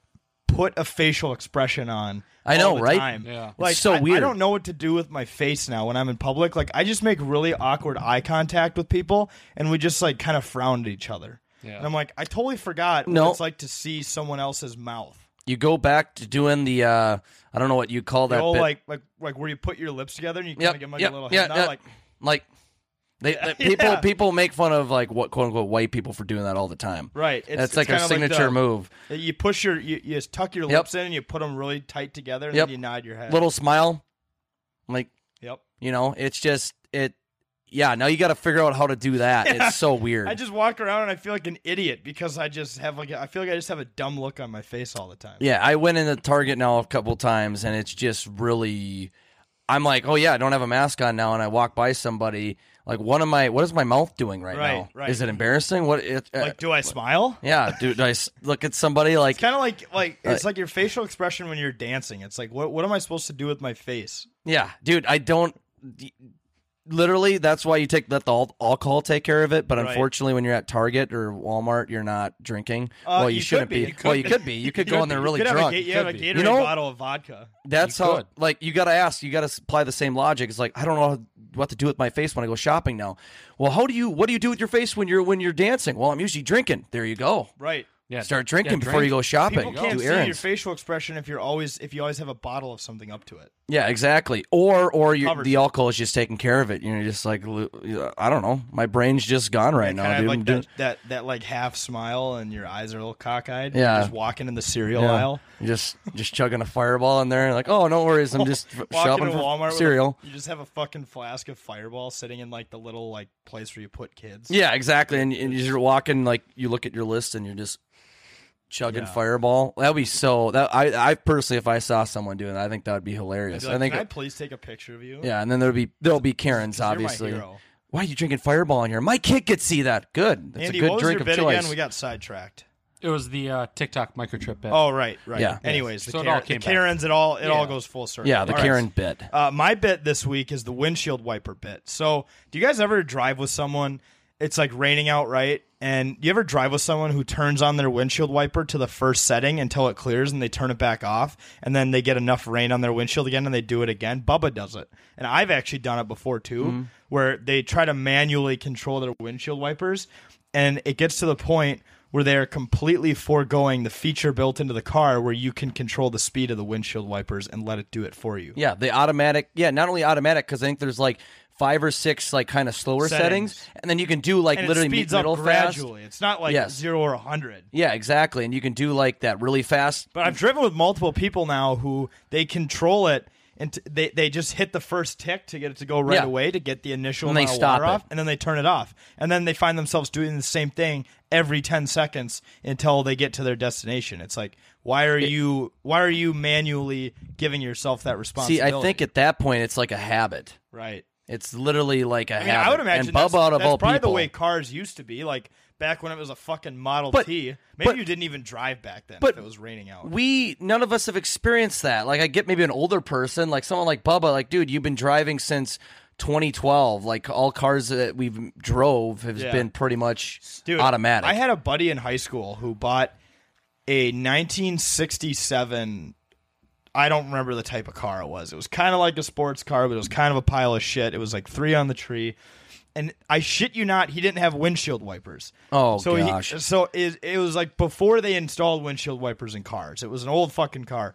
put a facial expression on I all know, the right? time. Yeah. It's like so I- I weird. don't know what to do with my face now when i'm in public like i just make really awkward eye contact with people and we just like kind of frown at each other Yeah. and i'm like i totally forgot No. what it's like to see someone else's mouth you go back to doing the uh I don't know what you call the that old, bit. like like like where you put your lips together and you kind of give Yep, them like yep, a little yeah, head nod, yeah. like like they, they- people people make fun of like what quote unquote white people for doing that all the time. Right. It's- That's it's like our kinda like signature the- move. You push your, you, you just tuck your Yep. lips in and you put them really tight together and Yep. then you nod your head. Little smile. Like, Yep. you know, it's just it yeah, now you gotta figure out how to do that. It's so weird. I just walk around and I feel like an idiot because I just have like, I feel like I just have a dumb look on my face all the time. Yeah, I went into Target now a couple times, and it's just really. I'm like, oh yeah, I don't have a mask on now, and I walk by somebody. Like, what am I? What is my mouth doing right, Right, now? right. Is it embarrassing? What? It, uh, Like, do I smile? yeah, dude. I s- look at somebody like Kind of like, like it's like your facial expression when you're dancing. It's like, what, what am I supposed to do with my face? Yeah, dude, I don't. literally that's why you take let the al- alcohol take care of it. But Right. unfortunately, when you're at Target or Walmart, you're not drinking. Uh, well, you, you shouldn't could be. be. You well, you could be. You could go in there You really could have a drunk. ga- you have a could be. Gatorade You know- bottle of vodka. That's You how, could. like, you got to ask, you got to apply the same logic. It's like, I don't know what to do with my face when I go shopping now. Well, how do you, what do you do with your face when you're, when you're dancing? Well, I'm usually drinking. There you go. Right. Yeah, Start drinking yeah, before drink. you go shopping. People can't do see errands. your facial expression if you're always if you always have a bottle of something up to it. Yeah, exactly. Or, or you Covers the it. alcohol is just taking care of it. You're just like, "Lu- I don't know. My brain's just gone right kind now, of dude. like I'm that, doing- that that like half smile and your eyes are a little cockeyed. Yeah. You're just walking in the cereal Yeah. aisle. You're Just, just chugging a fireball in there. Like, oh, no worries. I'm just f- Walking shopping to for Walmart with a- cereal. you just have a fucking flask of Fireball sitting in like the little like place where you put kids. Yeah, exactly. And, and you're walking like you look at your list and you're just chugging Fireball. That'd be so. That I, I personally, if I saw someone doing that, I think that would be I'd hilarious. be like, I think. Can I please take a picture of you? yeah, and then there'll be there'll be Karens, You're my obviously. hero. Why are you drinking Fireball in here? My kid could see that. Good. That's Andy, a good what was drink your of bit choice. again? We got sidetracked. It was the uh, TikTok microchip bit. Oh right, right. Yeah. Anyways, the, So it Karen- all came the back. Karens, it all it all goes full circle. yeah, the All right. Karen bit. Uh, my bit this week is the windshield wiper bit. So, do you guys ever drive with someone? It's like raining out, right? And you ever drive with someone who turns on their windshield wiper to the first setting until it clears and they turn it back off, and then they get enough rain on their windshield again and they do it again? Bubba does it. And I've actually done it before too, where they try to manually control their windshield wipers, and it gets to the point where they are completely foregoing the feature built into the car where you can control the speed of the windshield wipers and let it do it for you. Yeah, the automatic. Yeah, not only automatic because I think there's like five or six like kind of slower settings. Settings. and then you can do like and literally it mi- speeds middle up fast. gradually. It's not like Yes. zero or a hundred. Yeah, exactly. And you can do like that really fast But I've driven with multiple people now who they control it and t- they they just hit the first tick to get it to go right Yeah. away to get the initial And they amount of stop water it. off, and then they turn it off, and then they find themselves doing the same thing every ten seconds until they get to their destination. It's like why are you why are you manually giving yourself that See, responsibility? I think at that point it's like a habit. right. It's literally like a I mean, habit. I would imagine and Bubba that's, out of that's all probably people. the way cars used to be, like back when it was a fucking Model But- T. Maybe but- you didn't even drive back then but if it was raining out. we none of us have experienced that. Like I get maybe an older person, like someone like Bubba, like dude, you've been driving since 2012. Like all cars that we've drove have Yeah. been pretty much Dude, automatic. I had a buddy in high school who bought a 1967. I don't remember the type of car it was. It was kind of like a sports car, but it was kind of a pile of shit. It was like three on the tree. And I shit you not, he didn't have windshield wipers. Oh, so he- gosh. so it, it was like before they installed windshield wipers in cars. It was an old fucking car.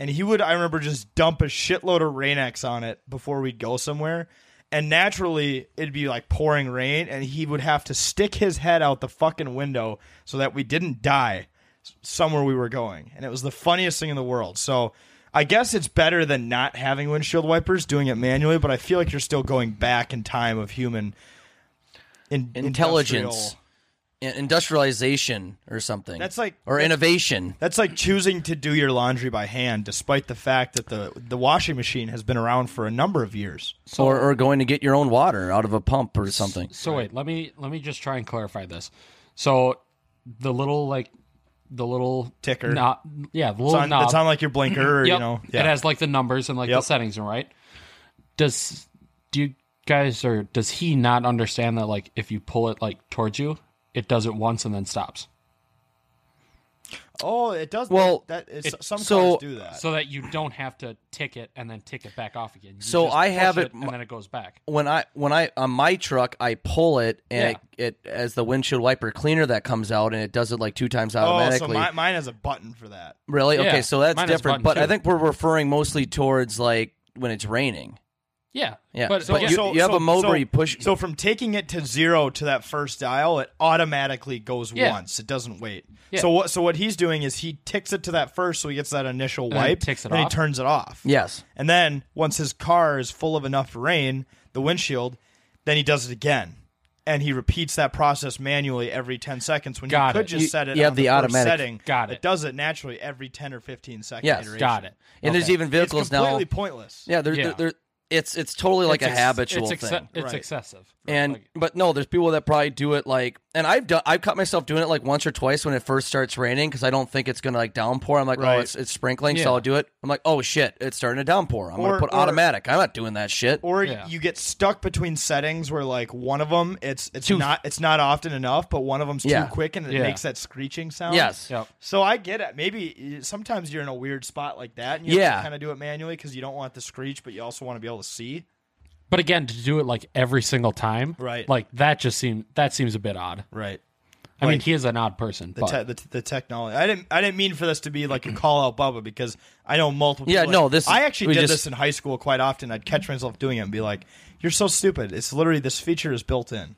And he would, I remember, just dump a shitload of Rain-X on it before we'd go somewhere. And naturally, it'd be like pouring rain, and he would have to stick his head out the fucking window so that we didn't die s- somewhere we were going. And it was the funniest thing in the world. So I guess it's better than not having windshield wipers, doing it manually, but I feel like you're still going back in time of human in- industrial- Intelligence, in- industrialization, or something. That's like- or that's- innovation. That's like choosing to do your laundry by hand, despite the fact that the the washing machine has been around for a number of years. or, or going to get your own water out of a pump or something. So wait, let me let me just try and clarify this. So the little like the little Ticker. knob, yeah, the It's little on, knob. it's on like your blinker, or, Yep. you know. It has like the numbers and like the Yep. settings, and right? Does do you guys or does he not understand that like if you pull it like towards you, it does it once and then stops, oh, it does. Well, that, it's, it- some so- cars do that. so that you don't have to tick it and then tick it back off again. You So just I push have it- and then it goes back. when I when I on my truck I pull it and it, it as the windshield wiper cleaner that comes out and it does it like two times oh, automatically. so mi- mine has a button for that. really? Yeah, okay, so that's mine has a different. button, But I too. think we're referring mostly towards like when it's raining. Yeah, Yeah, But, but yeah, you- have a mode where you push- So from taking it to zero to that first dial, it automatically goes Yeah. once. It doesn't wait. Yeah. So what? So what he's doing is he ticks it to that first, so he gets that initial then wipe, ticks it then off. he turns it off. Yes. And then once his car is full of enough rain, the windshield, then he does it again. And he repeats that process manually every 10 seconds when Got you could it. just You- set it you have on the first automatic. setting. Got it. It does it naturally every 10 or 15 seconds. Yes. got it. And there's even It's vehicles now. completely pointless. Yeah, they're, Yeah. They're, they're- it's it's totally like It's a ex- habitual it's exce- thing. It's Right. excessive, And Like- but no, there's people that probably do it like and I've done I've caught myself doing it like once or twice when it first starts raining because I don't think it's gonna like downpour. I'm like, Right. oh, it's it's sprinkling, Yeah. so I'll do it. I'm like, oh shit, it's starting to downpour. I'm Or- gonna put or- automatic. I'm not doing that shit. Or Yeah. you get stuck between settings where like one of them it's it's Too- not it's not often enough, but one of them's Yeah. too quick and it Yeah. makes that screeching sound. yes. Yep. So I get it. Maybe uh, sometimes you're in a weird spot like that, and you Yeah. kind of do it manually because you don't want the screech, but you also want to be able to see. But again, to do it like every single time, Right. Like that just seemed that seems a bit odd. Right. I mean, Like- he is an odd person, The, but te- the, the technology. I didn't. I didn't mean for this to be like a call out, Bubba, because I know multiple. Yeah, people- no, this is- I actually we did just- this in high school quite often. I'd catch myself doing it and be like, "You're so stupid." It's literally this feature is built in.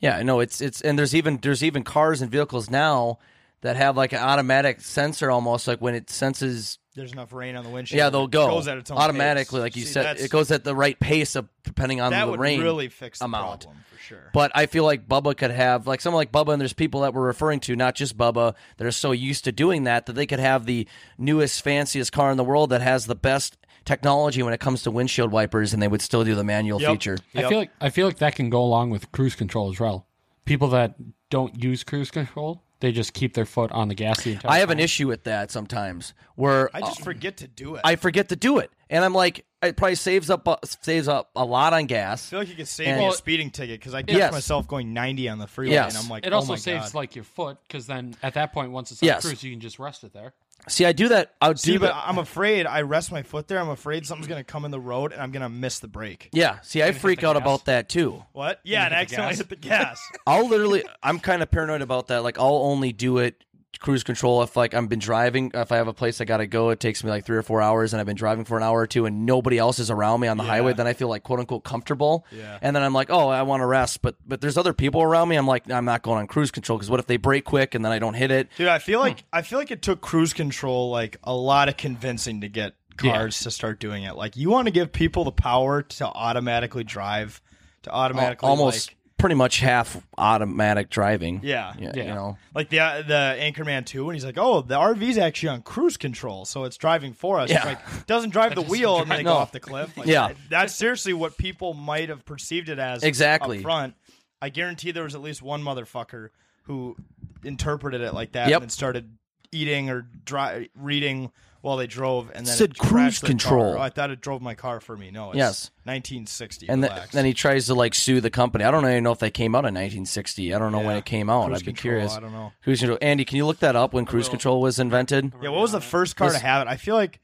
Yeah, I know it's it's and there's even there's even cars and vehicles now that have like an automatic sensor almost like when it senses There's enough rain on the windshield. yeah they'll it go goes at its own automatically pace. like you See, said that's- it goes at the right pace of, depending on That the would rain really fix the amount. problem for sure. But I feel like Bubba could have like someone like Bubba, and there's people that we're referring to, not just Bubba, that are so used to doing that that they could have the newest, fanciest car in the world that has the best technology when it comes to windshield wipers, and they would still do the manual Yep. feature. I Yep. feel like I feel like that can go along with cruise control as well. People that don't use cruise control, they just keep their foot on the gas the entire I have an time. issue with that sometimes, where I just uh, forget to do it. I forget to do it, and I'm like, it probably saves up uh, saves up a lot on gas. feel like you could save And- me a Well- speeding ticket because I catch Yes. myself going 90 on the freeway Yes. and I'm like, It oh also my saves God. like your foot because then at that point, once it's on Yes. cruise, you can just rest it there. See, I do that. I would See, do but that. I'm afraid I rest my foot there. I'm afraid something's gonna come in the road and I'm gonna miss the brake. Yeah, see, I freak out gas. about that too. What? Yeah, and accidentally hit the gas. I'll literally, I'm kind of paranoid about that. Like, I'll only do it cruise control if like I've been driving. If I have a place I gotta go, it takes me like three or four hours, and I've been driving for an hour or two, and nobody else is around me on the highway. Then I feel like quote unquote comfortable. Yeah. And then I'm like, oh, I want to rest, but but there's other people around me. I'm like, I'm not going on cruise control because what if they brake quick and then I don't hit it? Dude, I feel like I feel like it took cruise control like a lot of convincing to get cars to start doing it. Like you want to give people the power to automatically drive, to automatically Almost like- pretty much half automatic driving. Yeah. Yeah. Yeah. You know. Like the uh, the Anchorman two, and he's like, "Oh, the RV's actually on cruise control, so it's driving for us." It's Yeah. like doesn't drive the wheel, and they go No. off the cliff. Like, Yeah. that's seriously what people might have perceived it as. Exactly. up front. I guarantee there was at least one motherfucker who interpreted it like that Yep. and then started eating or dri- reading while they drove, and then Said it crashed cruise their car. control. Oh, I thought it drove my car for me. No, it's Yes. 1960. And then, relax. then he tries to like sue the company. I don't even know if that came out in 1960. I don't know when Yeah. it came out. Cruise I'd be control, curious. I don't know. Cruise control. Andy, can you look that up when cruise control was invented? Yeah, what was the first car to This- have it? I feel like,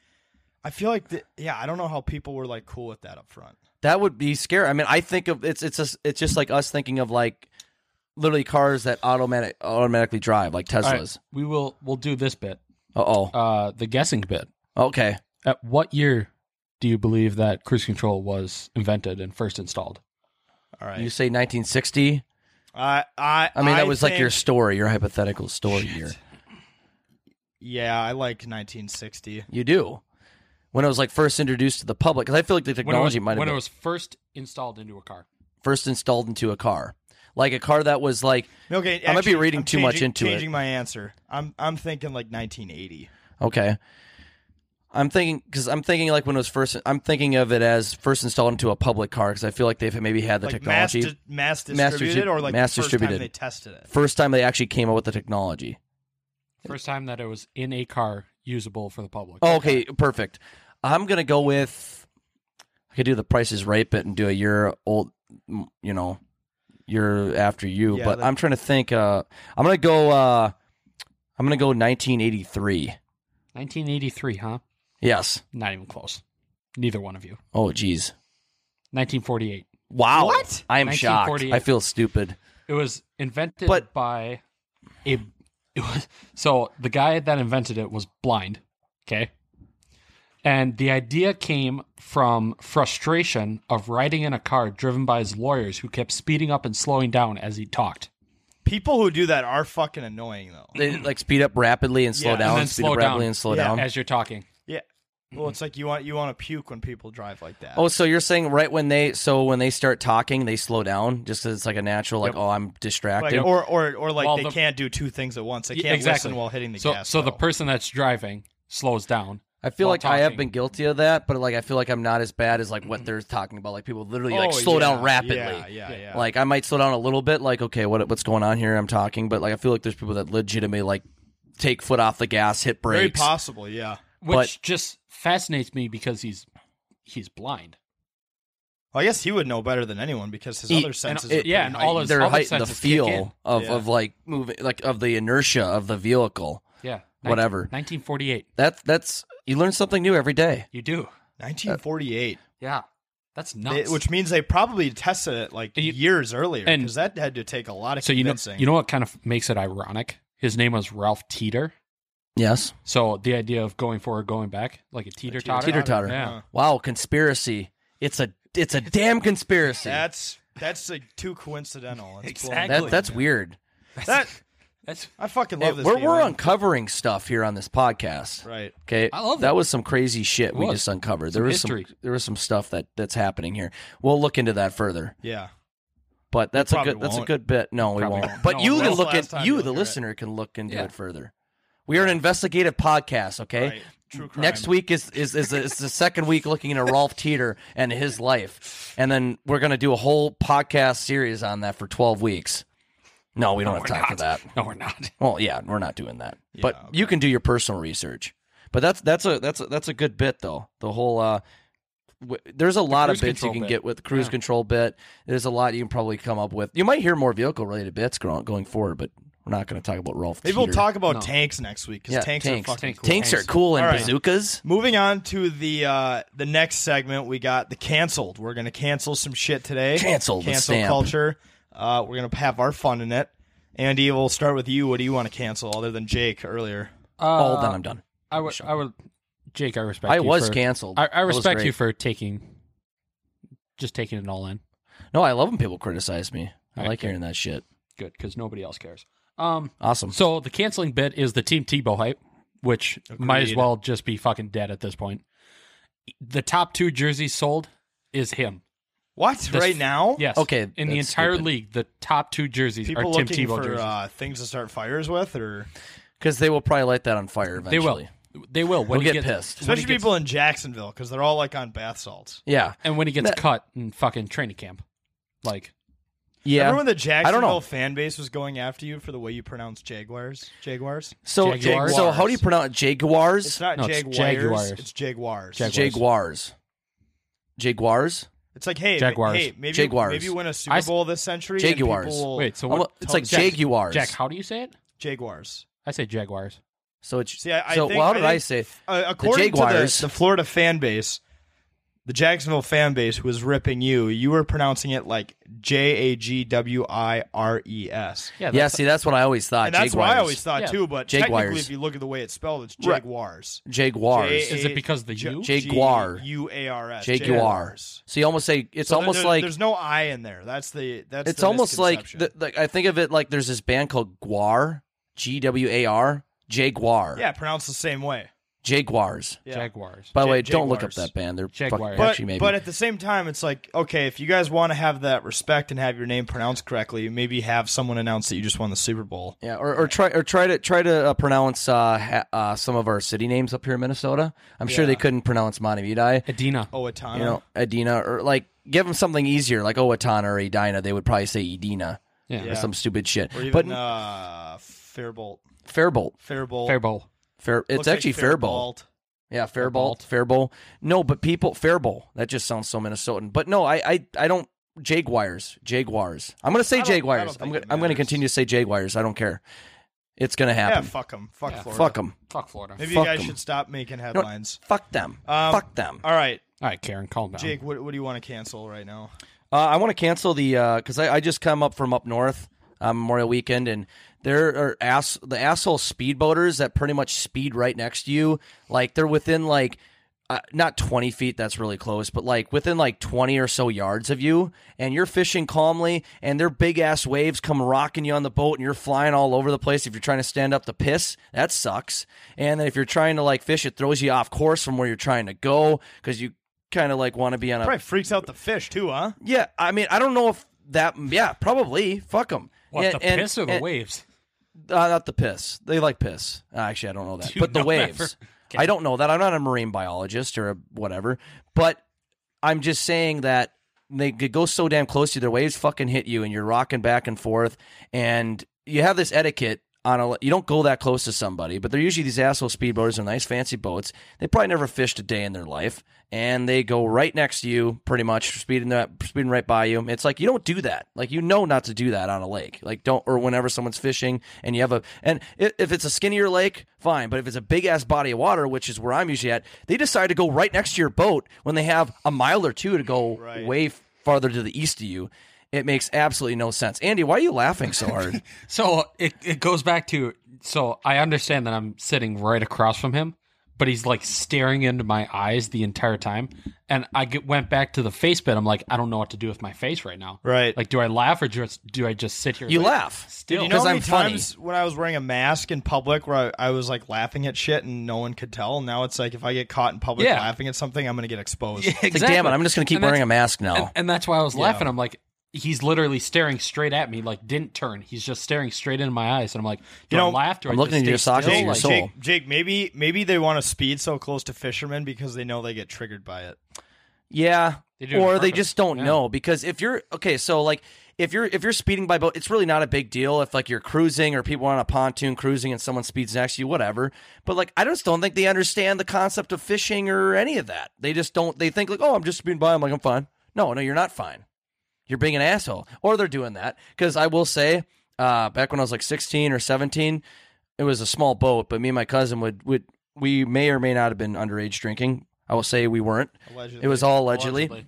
I feel like, the, yeah, I don't know how people were like cool with that up front. That would be scary. I mean, I think of it's it's just, it's just like us thinking of like literally cars that automatic automatically drive like All right, Teslas. we will we'll do this bit, Uh uh, the guessing bit. oh. Okay. At what year do you believe that cruise control was invented and first installed? All right. You say 1960? I, I, I mean, that was like think- your story, your hypothetical story here. Yeah, I like 1960. You do. When it was like first introduced to the public, because I feel like the When it was, technology might have when been it was first installed into a car. first installed into a car, like a car that was like Okay, I might be actually, reading I'm too much changing- into it. Changing my answer. I'm, I'm thinking like 1980. Okay. I'm thinking because I'm thinking like when it was first. I'm thinking of it as first installed into a public car because I feel like they've maybe had the like technology mass, di- mass Mass distributed, distri- or like mass the first distributed. time they tested it. first time they actually came up with the technology. First time that it was in a car usable for the public. Oh, okay, perfect. I'm gonna go with. I could do the Price is Right bit and do a year old, m- you know, year after you. Yeah, but that- I'm trying to think. Uh, I'm gonna go. Uh, I'm gonna go 1983. 1983, huh? Yes. Not even close. Neither one of you. Oh, geez. 1948. Wow. What? I am shocked. 1948. I feel stupid. It was invented But- by a. It was, so the guy that invented it was blind. Okay. And the idea came from frustration of riding in a car driven by his lawyers who kept speeding up and slowing down as he talked. People who do that are fucking annoying though. They like speed up rapidly and slow Yeah. And down, then speed slow up down. rapidly and slow Yeah. down. As you're talking. Yeah. Well, it's like you want you want to puke when people drive like that. Oh, so you're saying right when they so when they start talking, they slow down just because it's like a natural like oh I'm like, distracted. or or or like Well, they the- can't do two things at once. They Yeah, can't listen while hitting the so, gas. So the pedal. person that's driving slows down I feel While like I have talking. been guilty of that, but like I feel like I'm not as bad as like what they're talking about. Like people literally like Mm-hmm. Oh, slow down yeah, rapidly. yeah, yeah, yeah. Like I might slow down a little bit. Like okay, what what's going on here? I'm talking, but like I feel like there's people that legitimately like take foot off the gas, hit Very brakes. possible, yeah. which But- just fascinates me because he's he's blind. Well, I guess he would know better than anyone because his He- other senses. it- are yeah, and pretty all heightened. his- They're other heightened the senses kick in. feel of Yeah. of like moving, like of the inertia of the vehicle. Yeah. Whatever. 1948. That's that's you learn something new every day. You do. 1948, Yeah. That's Uh, nuts. They- which means they probably tested it like And you- years earlier and- because that had to take a lot of so you know convincing. you know what kind of makes it ironic? His name was Ralph Teeter. Yes. So the idea of going forward, going back, like a teeter totter. Teeter totter. Yeah. Wow, conspiracy. It's a it's a damn conspiracy. that's that's like too coincidental. It's blown Exactly. that, my that's mind. weird. That That's I fucking Hey, love this. we're game. we're man. uncovering stuff here on this podcast. right. Okay, I love that it. was some crazy shit we was. just uncovered. Some there was some history. there was some stuff that that's happening here. We'll look into that further. Yeah. But that's a probably good that's a won't. good bit. No, we Probably won't. won't. But No, you when's can the look last at time you, you the look at it? listener, can look into Yeah. it further. We are an investigative podcast. Okay. Right. True crime. Next week is is is, is the second week looking into Rolf Teeter and his life, and then we're gonna do a whole podcast series on that for twelve weeks. No, we don't have we're time for not. that. No, we're not. Well, yeah, we're not doing that. but okay. you can do your personal research. But that's that's a that's a, that's a good bit though. The whole uh w- there's a lot of cruise bits you control can bit. get with the cruise control bit. There's a lot you can probably come up with. You might hear more vehicle related bits going going forward, but we're not going to talk about Rolf. Maybe we'll Teeter. talk about No. tanks next week because Yeah, tanks, tanks. are fucking Tanks. cool. Tanks are cool and All right. bazookas. Moving on to the uh, the next segment, we got the canceled. We're gonna cancel some shit today. Cancel the cancel stamp. culture. Uh, we're gonna have our fun in it. Andy, we'll start with you. What do you want to cancel other than Jake earlier? All done. I'm done. Uh, I would. I would. Jake, I respect. I you was for- canceled. I, I That was respect you great. for taking, just taking it all in. No, I love when people criticize me. I Right. like hearing that shit. Good, because nobody else cares. Um. Awesome. So the canceling bit is the Team Tebow hype, which might as Agreed. well just be fucking dead at this point. The top two jerseys sold is him. What This- right now? Yes. Okay, In the that's entire stupid. league, the top two jerseys People are Tim looking Tebow for jerseys. uh, things to start fires with, or Because they will probably light that on fire they eventually. will. They will. When We'll he get gets, pissed. when he especially gets- people in Jacksonville because they're all like on bath salts. Yeah. And when he gets That- cut in fucking training camp, like Yeah. Remember when the I don't Jacksonville know. fan base was going after you for the way you pronounce Jaguars? Jaguars? So, Jaguars. so how do you pronounce Jaguars? It's not No, it's Jaguars. Jaguars. It's Jaguars. Jaguars. Jaguars. Jaguars. It's like hey, Jaguars. hey, maybe Jaguars. maybe you win a I Super s- Bowl this century. and Jaguars. people will- wait. So I'm what? a- it's like Jack- Jaguars. Jack, how do you say it? Jaguars. I say Jaguars. So it's See, I, I so. think, well, how did I, think, say? Uh, according Jaguars- to the, the Florida fan base, the Jacksonville fan base who was ripping you, you were pronouncing it like J A G W I R E S. Yeah. yeah. See, that's what I always thought. And that's Jaguars. what I always thought Yeah. too. But technically, Jaguars. if you look at the way it's spelled, it's Right. Jaguars. Jaguars. Is it because of the U? Jaguar. U A R S. Jaguar. So you almost say it's So there- almost there- like there's no I in there. That's the that's. it's the almost like, misconception. the, like I think of it like there's this band called Guar, G W A R, Jaguar, yeah, pronounced the same way. Jaguars. Yeah. Jaguars. By the way, Jag- don't look up Jaguars. that band. They're Jaguars. fucking but, catchy, maybe. but at the same time, it's like, okay, if you guys want to have that respect and have your name pronounced correctly, maybe have someone announce that you just won the Super Bowl. yeah, or, or try or try to try to uh, pronounce uh, ha- uh, some of our city names up here in Minnesota. I'm sure they couldn't pronounce Montevideo. Adina. Oh, Atana. you know, Edina, or like give them something easier, like Owatonna or Edina. They would probably say Edina yeah. or some stupid shit. or even but uh, Fairbolt. Fairbolt, Fairbolt. Fair Bowl. Fair, it's Looks actually like Fairbolt. Yeah, Fairbolt, Fairbowl. No, but people, Fairbowl. That just sounds so Minnesotan. But no, I, I, I don't. Jaguars, Jaguars. I'm gonna say don't- I don't Jaguars. think I'm it gonna, I'm gonna matters. continue to say Jaguars. I don't care. It's gonna Yeah, happen. fuck them. Fuck Florida. fuck them. Fuck Florida. Maybe fuck you guys 'em. should stop making headlines. Fuck them. Um, fuck them. All right, All right, Karen, calm down. Um, Jake, what, what do you want to cancel right now? Uh, I want to cancel the because I, I just come up from up north um, Memorial Weekend, and there are ass the asshole speedboaters that pretty much speed right next to you, like they're within like. Uh, not 20 feet that's really close but like within like 20 or so yards of you and you're fishing calmly and their big ass waves come rocking you on the boat and you're flying all over the place if you're trying to stand up to piss that sucks and then if you're trying to like fish it throws you off course from where you're trying to go because you kind of like want to be on a Probably freaks out the fish too, huh? yeah, I mean, I don't know if that. Yeah, probably. Fuck them. What and, the and- piss or the and- waves? Uh, not the piss. They like piss. Uh, Actually, I don't know that. You but the know that waves. for- I don't know that. I'm not a marine biologist or a whatever, but I'm just saying that they could go so damn close to you, their waves fucking hit you, and you're rocking back and forth, and you have this etiquette. On a, you don't go that close to somebody, but they're usually these asshole speedboaters in nice fancy boats. They probably never fished a day in their life, and they go right next to you, pretty much speeding that speeding right by you. It's like you don't do that. Like you know not to do that on a lake. Like don't or whenever someone's fishing and you have a and i- if it's a skinnier lake, fine. But if it's a big ass body of water, which is where I'm usually at, they decide to go right next to your boat when they have a mile or two to go way f- farther to the east of you. It makes absolutely no sense. Andy, why are you laughing so hard? So it, it goes back to so I understand that I'm sitting right across from him, but he's like staring into my eyes the entire time. And I get, went back to the face bit. I'm like, I don't know what to do with my face right now. Right. Like, do I laugh or just do I just sit here? you like, laugh. Still, You know how 'Cause many I'm funny. times when I was wearing a mask in public where I, I was like laughing at shit and no one could tell? Now it's like if I get caught in public Yeah. laughing at something, I'm going to get exposed. It's like, damn it, I'm just going to keep And that's- wearing a mask now. And, and that's why I was laughing. I'm like, he's literally staring straight at me, like didn't turn. He's just staring straight into my eyes, and I'm like, do You know, I laugh? Do I'm I looking just into your stay sockets still? and your Jake, Like, soul. Jake, Jake, maybe maybe they want to speed so close to fishermen because they know they get triggered by it. Yeah. They do it on or they purpose. just don't Yeah. know because if you're okay, so like if you're if you're speeding by boat, it's really not a big deal if like you're cruising or people are on a pontoon cruising and someone speeds next to you, whatever. But like I just don't think they understand the concept of fishing or any of that. They just don't. They think like, oh, I'm just speeding by. I'm like, I'm fine. No, no, you're not fine. You're being an asshole. Or they're doing that because I will say, uh, back when I was like 16 or 17, it was a small boat, but me and my cousin would would we may or may not have been underage drinking. I will say we weren't. It was all allegedly. Allegedly.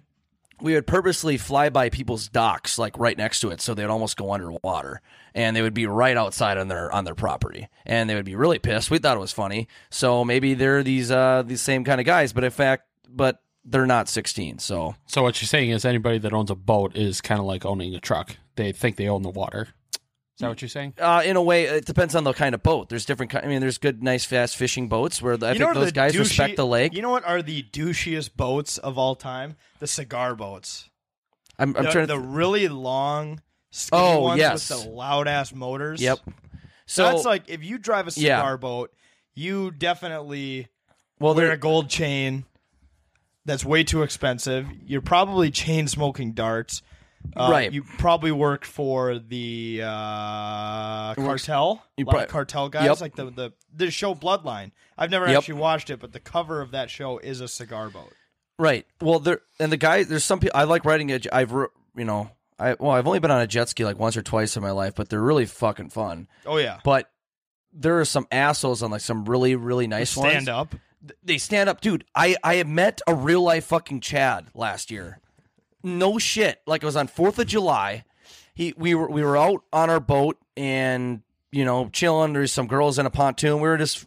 We would purposely fly by people's docks, like right next to it, so they'd almost go underwater, and they would be right outside on their on their property, and they would be really pissed. We thought it was funny, so maybe they're these uh these same kind of guys, but in fact, but they're not sixteen. So So what you're saying is anybody that owns a boat is kind of like owning a truck. They think they own the water. Is that what you're saying? uh, in a way, it depends on the kind of boat. There's different. Kind, I mean, there's good, nice, fast fishing boats where the, I think what are those the guys douchey- respect the lake. You know what are the douchiest boats of all time? The cigar boats. I'm, I'm the, trying to. the really long, skinny Oh, ones yes. with the loud ass motors. yep. So So that's like if you drive a Yeah. cigar boat, you definitely well, wear they're- a gold chain. That's way too expensive. You're probably chain smoking darts. Uh, Right. You probably work for the uh, cartel. you a lot prob- of cartel guys, Yep. like the, the the show Bloodline. I've never Yep. actually watched it, but the cover of that show is a cigar boat. Right. Well, there and the guy. There's some people I like riding. A, j- I've r- you know. I well, I've only been on a jet ski like once or twice in my life, but they're really fucking fun. Oh yeah, But there are some assholes on like some really really nice stand ones. up. They stand up, dude. I I had met a real life fucking Chad last year. No shit. Like it was on Fourth of July. He we were we were out on our boat and you know chilling. There's some girls in a pontoon. We were just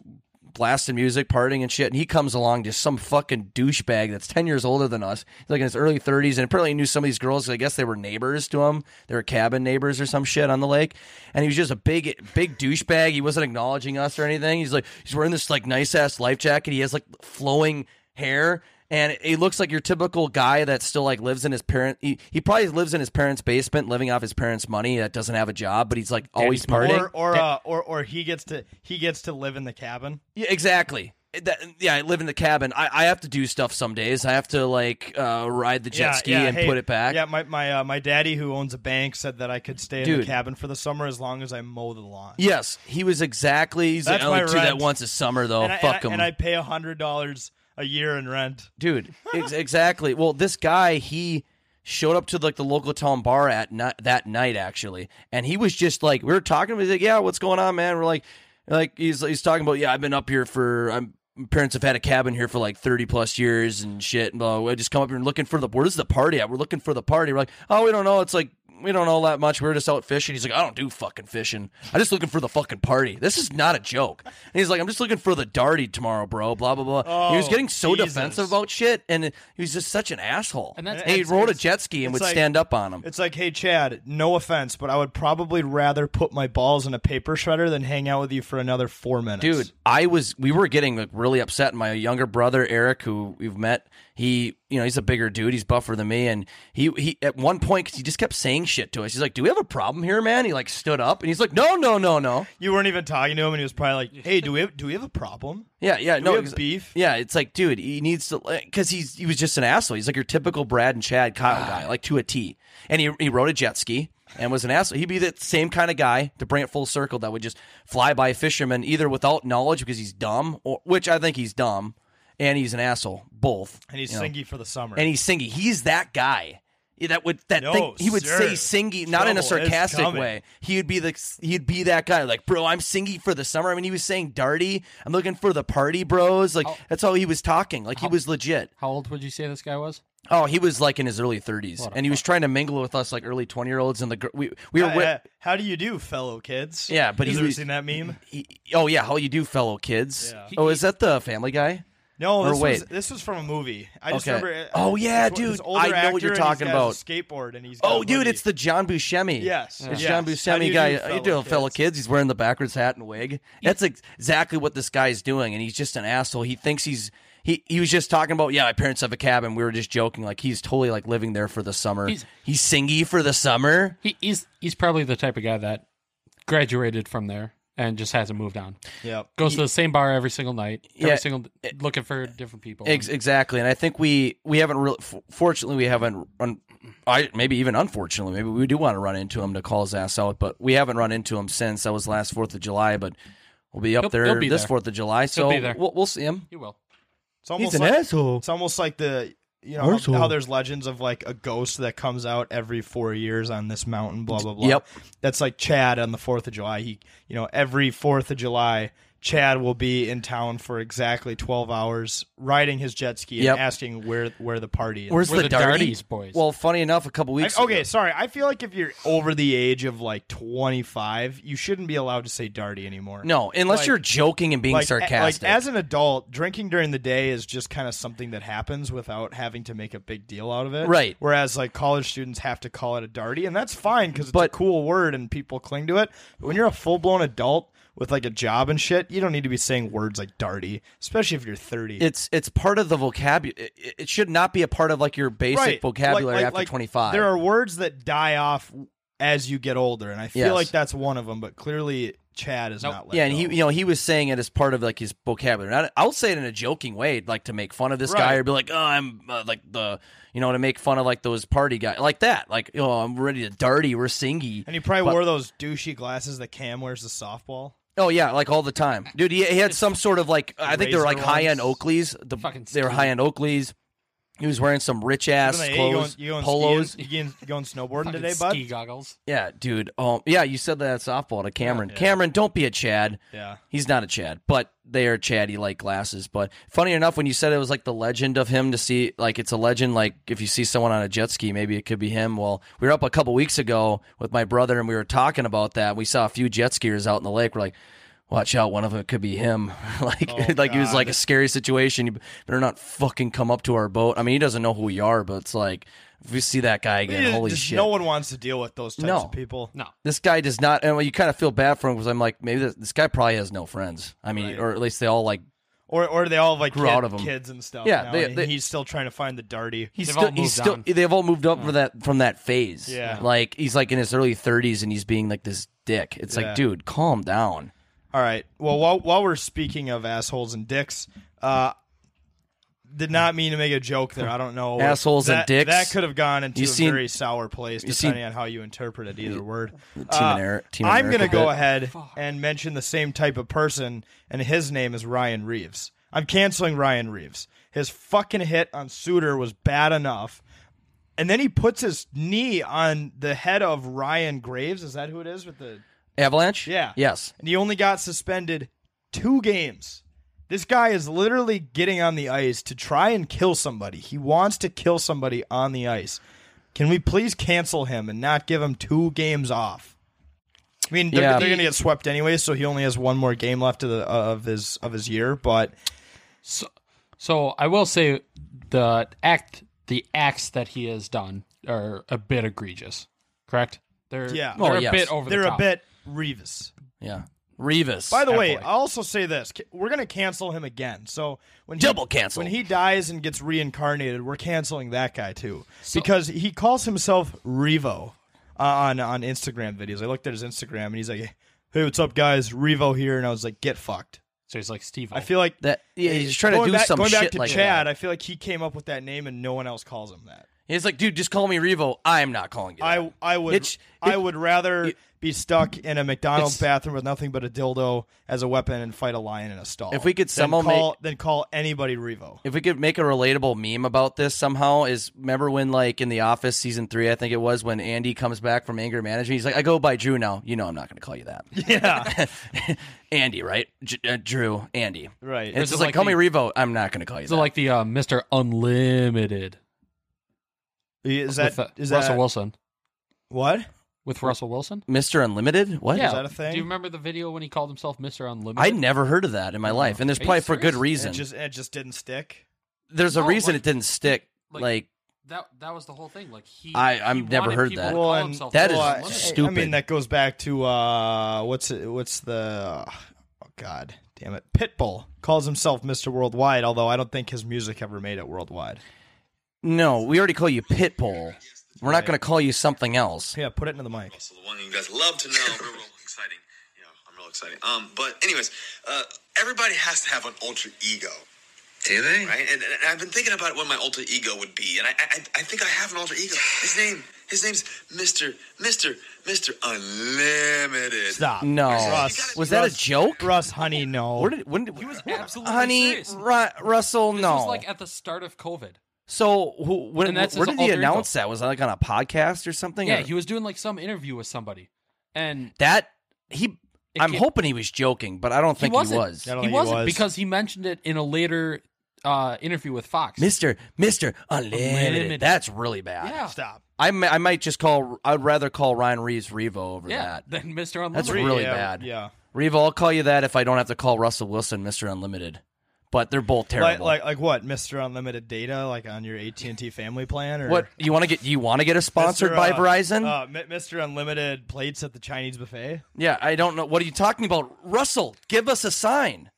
blasting music, partying and shit. And he comes along, just some fucking douchebag that's 10 years older than us. He's like in his early 30s and apparently knew some of these girls. 'cause I guess they were neighbors to him. They were cabin neighbors or some shit on the lake. And he was just a big, big douchebag. He wasn't acknowledging us or anything. He's like, he's wearing this like nice ass life jacket. He has like flowing hair. And he looks like your typical guy that still like lives in his parent. He, he probably lives in his parents' basement, living off his parents' money. That doesn't have a job, but he's like always partying. Or or uh, or or he gets to he gets to live in the cabin. Yeah, exactly. That, yeah, I live in the cabin. I, I have to do stuff some days. I have to like uh, ride the jet ski and hey, put it back. Yeah, my my uh, my daddy who owns a bank said that I could stay in the Dude. cabin for the summer as long as I mow the lawn. Yes, he was exactly. He's like, That's I only my do that rent. once a summer though. and I, Oh, Fuck and I, him, and I pay hundred dollars a year in rent. dude. Ex- exactly. Well, this guy he showed up to like the local town bar at ni- that night actually, and he was just like we were talking. He's like, "Yeah, what's going on, man?" We're like, like he's he's talking about, "Yeah, I've been up here for I'm." my Parents have had a cabin here for like thirty plus years and shit. And blah, blah, blah. I just come up here and looking for the where's the party at? We're looking for the party. We're like, oh, we don't know. It's like we don't know that much. We were just out fishing. He's like, I don't do fucking fishing. I'm just looking for the fucking party. This is not a joke. And he's like, I'm just looking for the darty tomorrow, bro. Blah blah blah. he was Oh, getting so Jesus. defensive about shit, and he was just such an asshole. And, And that's- he it's- rode a it's- jet ski and it's would like- stand up on him. It's like, hey Chad, no offense, but I would probably rather put my balls in a paper shredder than hang out with you for another four minutes. Dude, I was we were getting like really upset. My younger brother Eric, who we've met, he you know, he's a bigger dude. He's buffer than me, and he he at one point 'cause he just kept saying shit to us. He's like, "Do we have a problem here, man?" He like stood up and he's like, "No, no, no, no." You weren't even talking to him, and he was probably like, "Hey, do we have, do we have a problem? Yeah, yeah, Do no we have exa- beef? Yeah, it's like, dude, he needs to because he's he was just an asshole. He's like your typical Brad and Chad Kyle guy, Ah. like to a T. And he he rode a jet ski and was an asshole. He'd be the same kind of guy to bring it full circle that would just fly by fishermen either without knowledge because he's dumb, or which I think he's dumb, and he's an asshole, both. And he's you know. singy for the summer. and he's singy. He's that guy. That would that No, thing, he would sir. say singy, not in Trouble a is sarcastic coming. way. He would be the he'd be that guy, like bro, I'm singy for the summer. I mean, he was saying darty. I'm looking for the party bros. Like Oh. that's how he was talking. Like he was legit. How old would you say this guy was? Oh, he was like in his early 30s, and he was trying to mingle with us like early 20 year olds. And the gr- we we were Uh, with, uh, how do you do, fellow kids? Yeah, but you he ever was- seen that meme? he- oh yeah, how you do, fellow kids? Oh, is that the Family Guy? No, Or this was, wait. this was from a movie. I just Okay. remember. uh, Oh, yeah, this- this dude. older I know what actor you're and talking he's got about. his skateboard, and he's got Oh, a dude, hoodie. it's the John Buscemi. Yes, yes. it's John How do Buscemi you guy. do, How you fellow doing, fellow kids? kids? He's wearing the backwards hat and wig. That's ex- exactly what this guy's doing, and he's just an asshole. He thinks he's he. He was just talking about yeah, my parents have a cabin. We were just joking, like he's totally like living there for the summer. He's, He's- singy for the summer. He, he's he's probably the type of guy that graduated from there and just hasn't moved on. Yep. Goes to the same bar every single night, every Yeah. single eh, looking for different people. Ex- exactly, and I think we we haven't really. f- Fortunately, we haven't. Un, I maybe even unfortunately, maybe we do want to run into him to call his ass out, but we haven't run into him since that was last Fourth of July. But we'll be up He'll- there he'll be this there. Fourth of July, so be there. We'll, we'll see him. you will. It's almost an like, asshole. It's almost like the you know how, how there's legends of like a ghost that comes out every four years on this mountain, blah blah blah. Yep. That's like Chad on the Fourth of July. He you know every Fourth of July, Chad will be in town for exactly twelve hours riding his jet ski Yep. and asking where where the party is. Where's We're the, the Darty? Darties boys. Well, funny enough, a couple I- weeks. okay, ago- sorry. I feel like if you're over the age of like 25, you shouldn't be allowed to say darty anymore. no, unless Like- you're joking and being like, a- sarcastic. Like as an adult, drinking during the day is just kind of something that happens without having to make a big deal out of it. Right. Whereas like college students have to call it a darty, and that's fine because it's a But- cool word and people cling to it. But when you're a full blown adult with like a job and shit, you don't need to be saying words like darty, especially if you're 30. it's it's part of the vocabulary. It, it should not be a part of like your basic Right. vocabulary Like- like- after like, 25. There are words that die off as you get older, and I feel Yes. like that's one of them. But clearly, Chad is not. Let yeah, and go. he you know he was saying it as part of like his vocabulary. Not, I'll say it in a joking way, like to make fun of this guy Right. or be like, oh, I'm uh, like the you know to make fun of like those party guys like that. Like oh, I'm ready to darty. We're singy. and he probably But- wore those douchey glasses that Cam wears the softball. Oh yeah, like all the time, dude. He, he had some sort of like I think they were Razor like high end ones. Oakleys. The, Fucking they were skinny. high end Oakleys. He was wearing some rich ass Wasn't that, hey, you going, clothes, you going polos. Skiing, you going, you going snowboarding Fucking today, bud? ski goggles. Yeah, dude. Oh yeah, you said that at softball to Cameron. Cameron, don't be a Chad. Yeah. He's not a Chad, but they are Chaddy like glasses. But funny enough, when you said it was like the legend of him to see, like it's a legend, like if you see someone on a jet ski, maybe it could be him. Well, we were up a couple weeks ago with my brother and we were talking about that. We saw a few jet skiers out in the lake. We're like, watch out, one of them could be him. like, Oh, like it was like a scary situation. You better not fucking come up to our boat. I mean, he doesn't know who we are, but it's like, if we see that guy again, Just- holy just shit. No one wants to deal with those types No. of people. No. this guy does not, and you kind of feel bad for him because I'm like, maybe this, this guy probably has no friends. I mean, or at least they all like Or or they all have like Grew kid- out of 'em. kids and stuff. Yeah, now, they- and they- he's still trying to find the darty. he's They've still all he's moved still on. they've all moved up for that from that phase. Yeah. like he's like in his early 30s and he's being like this dick. It's Yeah. like, dude, calm down. All right. Well, while while we're speaking of assholes and dicks, uh, did not mean to make a joke there. I don't know Assholes and That- dicks? That could have gone into You a seen- very sour place, you seen- depending on how you interpreted either word. Team Amer- Team Uh, I'm America gonna go bit. ahead and mention the same type of person, and his name is Ryan Reeves. I'm canceling Ryan Reeves. His fucking hit on Suter was bad enough. And then he puts his knee on the head of Ryan Graves. Is that who it is with the Avalanche. yeah. Yes. And he only got suspended two games. This guy is literally getting on the ice to try and kill somebody. He wants to kill somebody on the ice. Can we please cancel him and not give him two games off? I mean, they're, Yeah. they're going to get swept anyway, so he only has one more game left of, the, of his of his year. But So I will say the act, the acts that he has done are a bit egregious. Correct? They're Yeah. They're Oh, a yes. bit over. they're the a top. bit Revis. Yeah. Revis. By the way, Attaboy. I'll also say this: Ca- we're gonna cancel him again. So when Double he, cancel. when he dies and gets reincarnated, we're canceling that guy too because he calls himself Revo uh, on on Instagram videos. I looked at his Instagram and he's like, "Hey, what's up, guys? Revo here," and I was like, "Get fucked." So he's like Steve. I feel like Oh, that yeah, he's trying to going do back, some going shit back to like Chad. that. I feel like he came up with that name and no one else calls him that. He's like, dude, just call me Revo. I'm not calling you. that. I I would It's- I it- would rather it- be stuck in a McDonald's It's- bathroom with nothing but a dildo as a weapon and fight a lion in a stall. If we could than somehow call, then call anybody Revo. if we could make a relatable meme about this somehow is remember when like in the office season three i think it was when andy comes back from anger management he's like i go by drew now you know i'm not going to call you that yeah andy right J- uh, drew andy Right. And Is it it's just like, like call the- me revo i'm not going to call you so that like the uh, Mr. Unlimited Is that is with uh, that Russell Wilson. what? With Russell Wilson? mr unlimited what yeah. that a thing? Do you remember the video when he called himself Mr. Unlimited? i never heard of that in my life and there's Oh, Are you probably for good serious? reason It just it just didn't stick. there's a No, reason like- it didn't stick like- like That that was the whole thing. Like he, I- he I've never wanted heard people that. to Well, and, That well, is I- I stupid. mean, that goes back to uh, what's it, what's the oh god damn it Pitbull calls himself Mr. Worldwide, although I don't think his music ever made it worldwide. No, we already call you Pitbull. We're not going to call you something else. Yeah, put it into the mic. So the one that you guys love to know. We're real exciting. You know, I'm real exciting. Um, but anyways, uh, everybody has to have an alter ego. Do they? Right? And, and I've been thinking about what my alter ego would be, and I, I I think I have an alter ego. His name his name's Mr. Mr. Mr. Unlimited. Stop. No. Russ, was that a Russ, joke? Russ, honey, no. Where did, when did, he was absolutely Oh. honey serious. Ru- Russell? This no. was like at the start of COVID. so who, when, And that's where his did he alter announce that? Was that like on a podcast or something? Yeah, Or- he was doing like some interview with somebody, and that he. It I'm can't- hoping he was joking, but I don't think he, wasn't. was. I don't he think he wasn't was. because he mentioned it in a later uh, interview with Fox. Mister, Mister Unlimited. Unlimited. That's really bad. yeah, Stop. I, mi- I might just call. I'd rather call Ryan Reeves Revo over yeah. that. Then Mr. Unlimited. That's really yeah, bad. Yeah. Revo, I'll call you that if I don't have to call Russell Wilson Mister Unlimited. But they're both terrible. Like, like like what? Mr. Unlimited Data, like on your AT and T family plan, or What you want to get? You want to get us sponsored Mr., by uh, Verizon? Uh, Mi- Mr. Unlimited plates at the Chinese buffet. yeah, I don't know. What are you talking about, Russell? Give us a sign.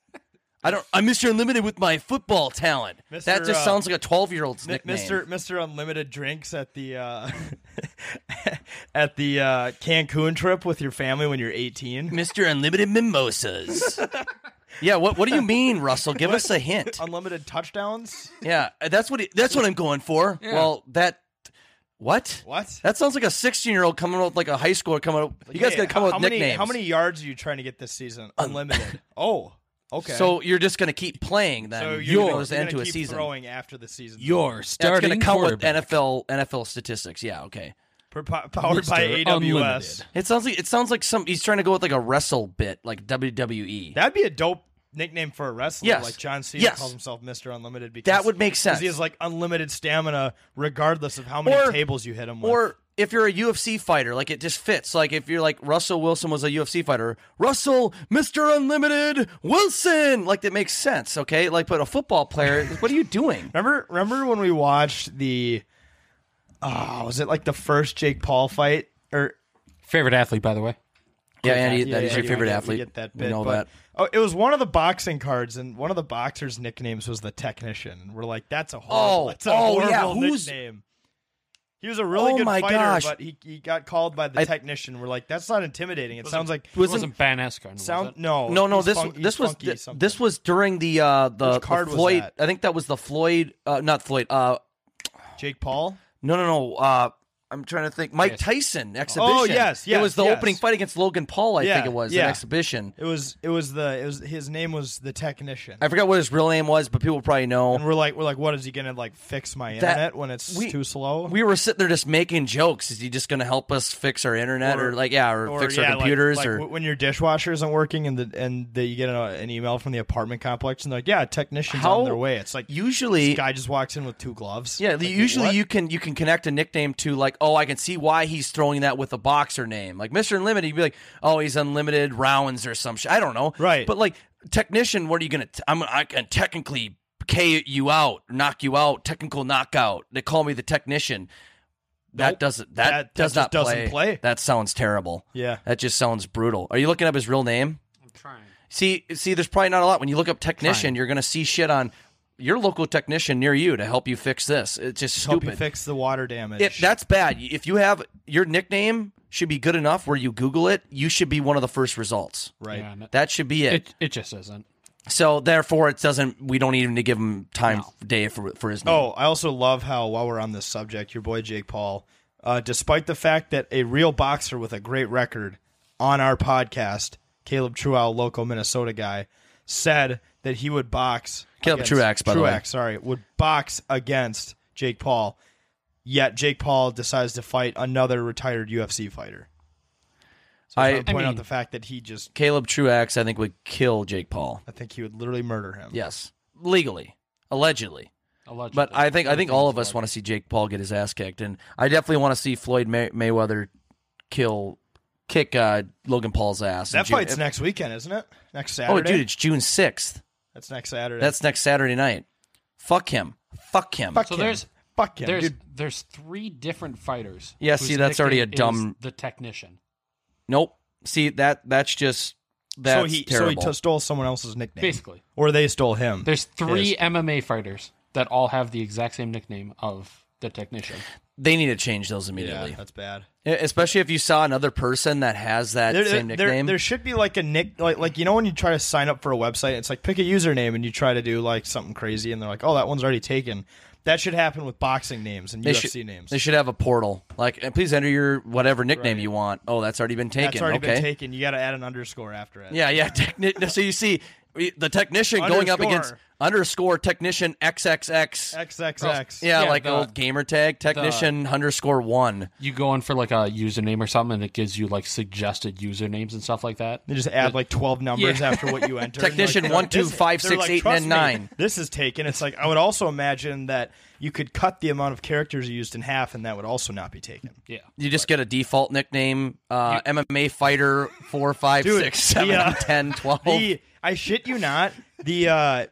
I don't. I'm Mr. Unlimited with my football talent. Mr., that just uh, sounds like a 12 year old's Mi- nickname. Mr. Mr. Unlimited drinks at the uh, at the uh, Cancun trip with your family when you're 18. Mr. Unlimited mimosas. yeah. What What do you mean, Russell? Give us a hint. Unlimited touchdowns. Yeah, that's what. He, that's what I'm going for. Well, that. What? What? That sounds like a 16 year old coming up with like a high schooler coming up. you guys Hey, got to come how, up how with many, nicknames. How many yards are you trying to get this season? Unlimited. oh, okay. So you're just gonna keep playing then. so you're gonna, yours you're into gonna a keep season. throwing after the season. your That's starting going to come with quarterback. NFL NFL statistics. Yeah, okay. Per- po- powered by Mr. AWS. Unlimited. It sounds like it sounds like some he's trying to go with like a wrestle bit, like E. WWE. That'd be a dope nickname for a wrestler. Yes. Like John Cena Yes. calls himself Mr. Unlimited because That would make 'cause sense. He has like unlimited stamina regardless of how many Or- tables you hit him with. or if you're a UFC fighter, like it just fits. Like if you're like Russell Wilson was a UFC fighter, Russell Mister Unlimited Wilson, like that makes sense. Okay, like but a football player, what are you doing? Remember, remember when we watched the, oh, was it like the first Jake Paul fight or Favorite athlete, by the way. Yeah, Andy, that yeah, is yeah, your you favorite get- you athlete. Get that We bit, know but- that. Oh, it was one of the boxing cards, and one of the boxers' nicknames was the technician. And we're like, that's a horrible, Oh, that's a oh, horrible yeah, who's- nickname. He was a really Oh good my fighter, gosh. but he, he got called by the I- technician. We're like, that's not intimidating. It sounds like It wasn't Van Askren. was sound it? no No, no, oh, he's this fun- this he's was funky th- something. this was during the uh the, Which card the was Floyd. that? I think that was the Floyd, uh, not Floyd. Uh, Jake Paul. No, no, no. Uh, I'm trying to think. Mike Tyson exhibition. Oh, yes, It yes, was the yes. opening fight against Logan Paul. I Yeah, think it was yeah. an exhibition. It was it was the it was his name was the technician. I forgot what his real name was, but people probably and know. we're like we're like, what is he gonna like fix my That- internet when it's we- too slow? We were sitting there just making jokes. Is he just going to help us fix our internet or, like yeah, or, fix yeah, our like- computers like or w- when your dishwasher isn't working and the, and the, you get a, an email from the apartment complex and they're like yeah technicians How- on their way it's like usually? this guy just walks in with two gloves yeah, Like, usually what? you can you can connect a nickname to like oh I can see why he's throwing that with a boxer name like Mister Unlimited. You'd be like oh he's unlimited rounds or some shit. I don't know. Right. But like technician, what are you gonna? T- I'm I can technically K you out, knock you out, technical knockout. They call me the technician. That Nope. doesn't. That, That- that does just not doesn't play. That sounds terrible. Yeah. That just sounds brutal. Are you looking up his real name? trying. See, see, there's probably not a lot. When you look up technician, you're gonna see shit on your local technician near you to help you fix this. It's just Help you stupid. fix the water damage. If that's bad, if you have your nickname should be good enough where you Google it, you should be one of the first results. right. Yeah, and it, That should be it. it it just isn't. so therefore, it doesn't. We don't even need to give him time day for for his name. Oh, I also love how while we're on this subject, your boy Jake Paul, uh, despite the fact that a real boxer with a great record on our podcast, Caleb Truow, local Minnesota guy, said that he would box. Caleb against- Truax, by the way. Truax, sorry, would box against Jake Paul. Yet Jake Paul decides to fight another retired UFC fighter. So I, I- trying to I point out mean- the fact that he just, Caleb Truax, I think would kill Jake Paul. I think he would literally murder him. Yes, legally, allegedly. Allegedly. But I think I think all of us want to see Jake Paul get his ass kicked, and I definitely want to see Floyd May- Mayweather kill kick uh, Logan Paul's ass. in That June. fight's next weekend, isn't it? Next Oh, Saturday. dude, it's June sixth. that's next Saturday. That's next Saturday night. Fuck him. Fuck him. fuck So him. there's- fuck him, There's dude. there's three different fighters. Yeah, whose see, that's already a nickname is dumb- The technician. Nope. See that that's just that's so he terrible. so he t- stole someone else's nickname, Basically. or they stole him. There's three His. MMA fighters that all have the exact same nickname of the technician. they need to change those yeah, immediately, E, that's bad. especially if you saw another person that has that There, same there, nickname. there should be like a nick, like like you know when you try to sign up for a website, it's like pick a username and you try to do like something crazy, and they're like, oh, that one's already taken. That should happen with boxing names and They UFC should, names. They should have a portal. Like, eh, please enter your whatever nickname you want. Oh, that's already been taken. That's already okay. been taken. You got to add an underscore after it. Yeah, yeah. Techni- so you see we- the technician going up against Underscore. underscore technician XXX. XXX. yeah, Yeah, like the- old gamer tag technician underscore one. You go in for like a username or something, and it gives you like suggested usernames and stuff like that. They just add like twelve numbers after what you enter. and you're Technician like, one, two, this- five, they're six, like, eight, "Trust and me, nine." This is taken. It's like I would also imagine that you could cut the amount of characters used in half, and that would also not be taken. Yeah. You just get a default nickname, uh, MMA fighter four, five, Dude, six, seven, the, uh, 10, 12. The I shit you not. The uh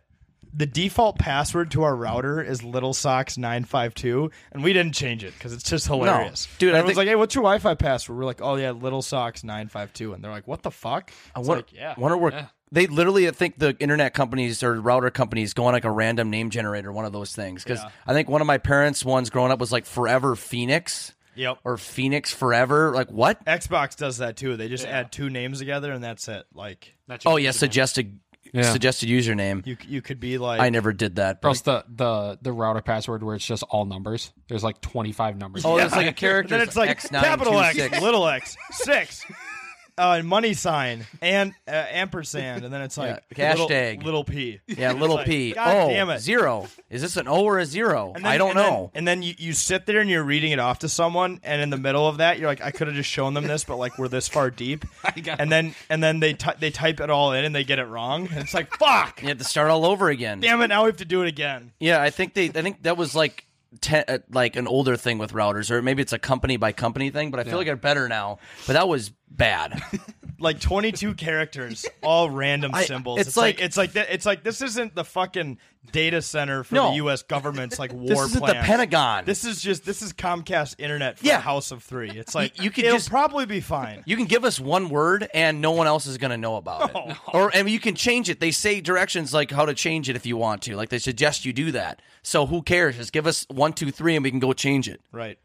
the default password to our router is little socks nine five two, and we didn't change it because it's just hilarious. Dude, I everyone's think- like, "Hey, what's your Wi-Fi password?" We're like, "Oh yeah, little socks nine five two. and they're like, "What the fuck?" I wonder, like, yeah. wonder where yeah. they literally I think the internet companies or router companies go on like a random name generator, one of those things. Because I think one of my parents' ones growing up was like Forever Phoenix Yep. or Phoenix Forever. Like what? Xbox does that too. They just add two names together, and that's it. Like That's your Oh yeah, username. suggested Yeah. suggested username. you you could be like, I never did that. Or but- else the, the, the router password where it's just all numbers. There's like 25 numbers. oh, it's like a character. Then it's like X9, capital X, 26. little X, six, uh, money sign, and uh, ampersand, and then it's like Yeah, little, hashtag. little p. Yeah, little like, p. God oh, damn it. zero. Is this an O or a zero? And then- I don't and know. Then, and then you, you sit there and you're reading it off to someone, and in the middle of that, you're like, I could have just shown them this, but like we're this far deep, and then and then they ty they type it all in and they get it wrong, and it's like fuck, you have to start all over again. damn it, now we have to do it again. Yeah, I think they. I think that was like ten, uh, like an older thing with routers, or maybe it's a company by company thing. But I feel like they're better now. But that was bad. like 22 characters, all random I- symbols. it's It's, like, like- it's like that. It's like this isn't the fucking data center for No. the U.S. government's like war this isn't plans. the Pentagon. This is just this is Comcast internet for Yeah. House of Three. It's like You- you could it'll just- probably be fine. you can give us one word, and no one else is going to know about Oh, it. Or and you can change it. They say directions like how to change it if you want to. Like they suggest you do that. So who cares? Just give us one, two, three, and we can go change it. Right,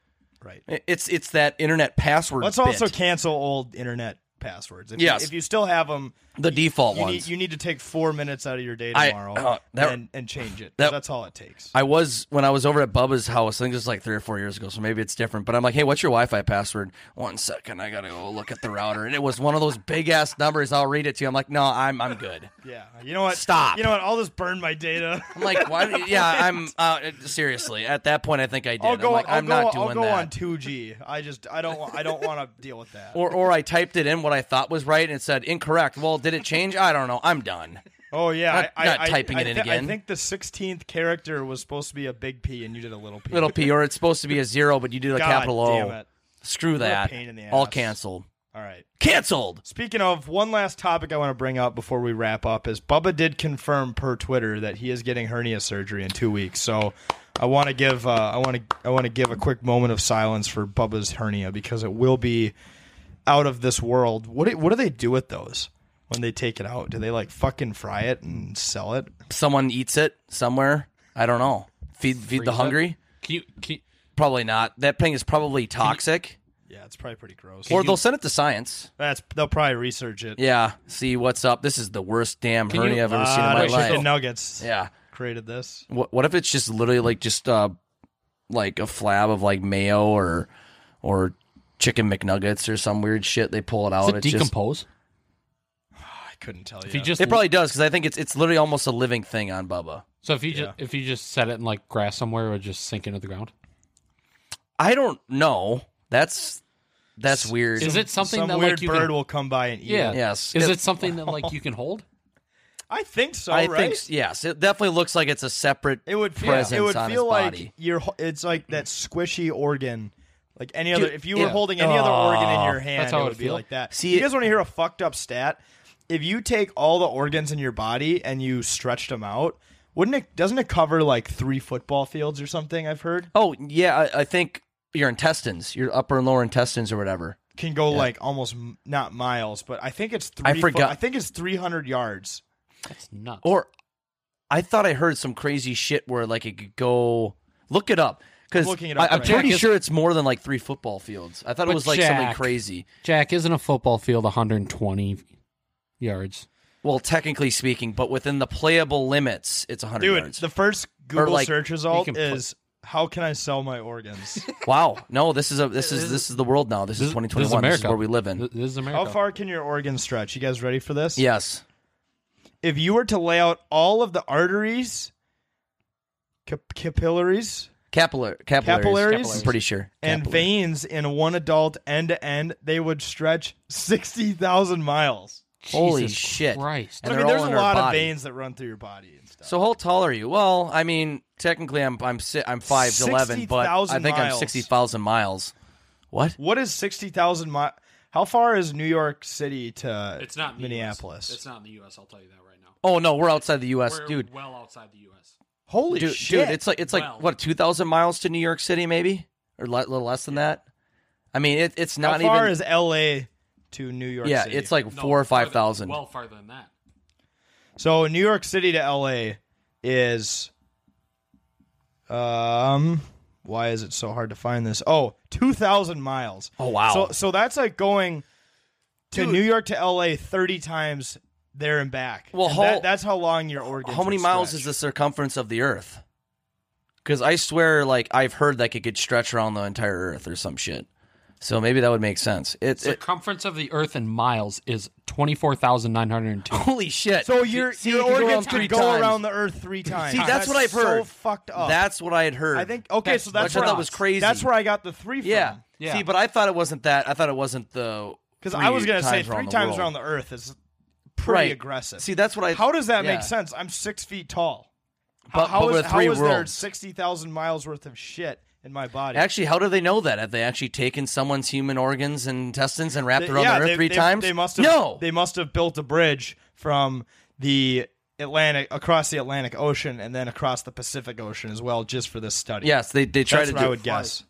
right. I- It's it's that internet password. Let's bit. also cancel old internet passwords. If Yes. you, if you still have them, the default you ones. need, you need to take four minutes out of your day I- tomorrow uh, that- and, and change it. 'cause that- that's all it takes. I was when I was over at Bubba's house. I think it was like three or four years ago, so maybe it's different. But I'm like, hey, what's your Wi-Fi password? One second, I gotta go look at the router, and it was one of those big ass numbers. I'll read it to you. I'm like, no, I'm I'm good. yeah, you know what? Stop. You know what? I'll just burn my data. I'm like, why? do- Yeah, I'm uh, seriously at that point. I think I did. I'll go. I'm like, I'll I'm go, not I'll doing go that. on two G. I just. I don't. wa- I don't want to deal with that. or or I typed it in what I thought was right, and it said incorrect. Well, did it change? I don't know. I'm done. oh yeah. not- I, not I, I- typing I it in thi- again. I think the sixteenth character was supposed to be a big P, and you did a little P. Little P, or it's supposed to be a zero, but you did a God capital O. damn it. Screw a that. pain in the All ass. canceled. All right. Canceled. Speaking of, one last topic I want to bring up before we wrap up is Bubba did confirm per Twitter that he is getting hernia surgery in two weeks. So I want to give. Uh, I want to. I want to give a quick moment of silence for Bubba's hernia because it will be out of this world. What do, What do they do with those? when they take it out? Do they like fucking fry it and sell it? Someone eats it somewhere. I don't know. Feed feed Freeze the it? hungry. Can you, can you- Probably not. That thing is probably toxic. Yeah, it's probably pretty gross. Or they'll send it to science. That's they'll probably research it. Yeah. See what's up. This is the worst damn Can hernia you- I've ever seen in Ah, my chicken life. nuggets Yeah. created this. What what if it's just literally like just uh like a flab of like mayo or or chicken McNuggets or some weird shit? They pull it out. does it it's just- decompose? I couldn't tell you. if you just it probably does because I think it's it's literally almost a living thing on Bubba. so if you just if you just set it in like grass somewhere, it would just sink into the ground. I don't know. That's that's weird. Is it something some that weird like you bird can, will come by and eat yeah it. Yes. Is It- it something that like you can hold? I think so. I right? think s- yes. It definitely looks like it's a separate. It would feel, presence it would on feel his like body. your ho- it's like that squishy organ. Like any Dude, other if you were yeah. holding any other organ in your hand, That's how it it would would be feel. like that. See, you it- guys want to hear a fucked up stat? If you take all the organs in your body and you stretched them out, wouldn't it doesn't it cover like 3 football fields or something I've heard? Oh yeah, I, I think your intestines, your upper and lower intestines, or whatever. Can go like almost m- not miles, but I think it's 3 I fo- forgot- I think it's 300 yards. That's nuts. Or I thought I heard some crazy shit where like it could go. Look it up because I'm I'm looking it up right now. pretty Jack is- sure it's more than like three football fields. I thought it But was like something Jack- crazy. Jack isn't a football field 120 yards. Well, technically speaking, but within the playable limits, it's 100 Dude, yards. the first Google like, search you result can put- is how can I sell my organs? Wow, no, this is a this is this is the world now. This, is 2021. This is, America. where we live in. Th- This is America. how far can your organs stretch? You guys ready for this? Yes, if you were to lay out all of the arteries, cap- capillaries, capillary capillaries. Capillaries? I'm pretty sure. and Capillary. veins in one adult end to end, they would stretch 60,000 miles. Holy Jesus shit! Christ. And I they're mean, there's all a in our lot of body. veins that run through your body and stuff. So how tall are you? Well, I mean, technically I'm I'm si- I'm five eleven, but I 60,000 think I'm miles. sixty thousand miles. What? what is 60,000 miles? How far is New York City to It's not in the Minneapolis? US. It's not in the U.S. I'll tell you that right now. Oh no, we're outside the U.S., We're dude. well outside the U.S. Holy Dude, shit. dude, it's like it's like Well. what two thousand miles to New York City, maybe, or le- little less than that. I mean, it, it's how not far even. is LA to New York yeah, City? it's like No, four or farther- five thousand. Well, farther than that. So New York City to LA is um why is it so hard to find this? Oh, 2000 miles. Oh, wow. So so that's like going to New York to LA 30 times there and back. Well, And how- that- that's how long your organs How many would miles stretch. is the circumference of the Earth? Because I swear, like I've heard that it could stretch around the entire Earth or some shit. So maybe that would make sense. It's it, Circumference of the Earth in miles is 24,902. holy shit. So your See, your organs it could go around three could go times. around the earth 3 times. See, that's, what I've so heard. fucked up. That's what I had heard. I think okay, so that's which I where thought was crazy. That's where I got the 3 from. Yeah. Yeah. See, but I thought it wasn't that. I thought it wasn't the. Because I was going gonna to say three times around the earth is pretty Right. aggressive. See, that's what I. how does that yeah. make sense? I'm six feet tall. But- how but is, with three how is there worlds. sixty thousand miles worth of shit in my body? Actually, how do they know that? Have they actually taken someone's human organs and intestines and wrapped They- it around yeah, the earth they- three they- times? They must have. No. they must have built a bridge from the Atlantic across the Atlantic Ocean and then across the Pacific Ocean as well, just for this study. yes, they they tried that's to what do. I would guess.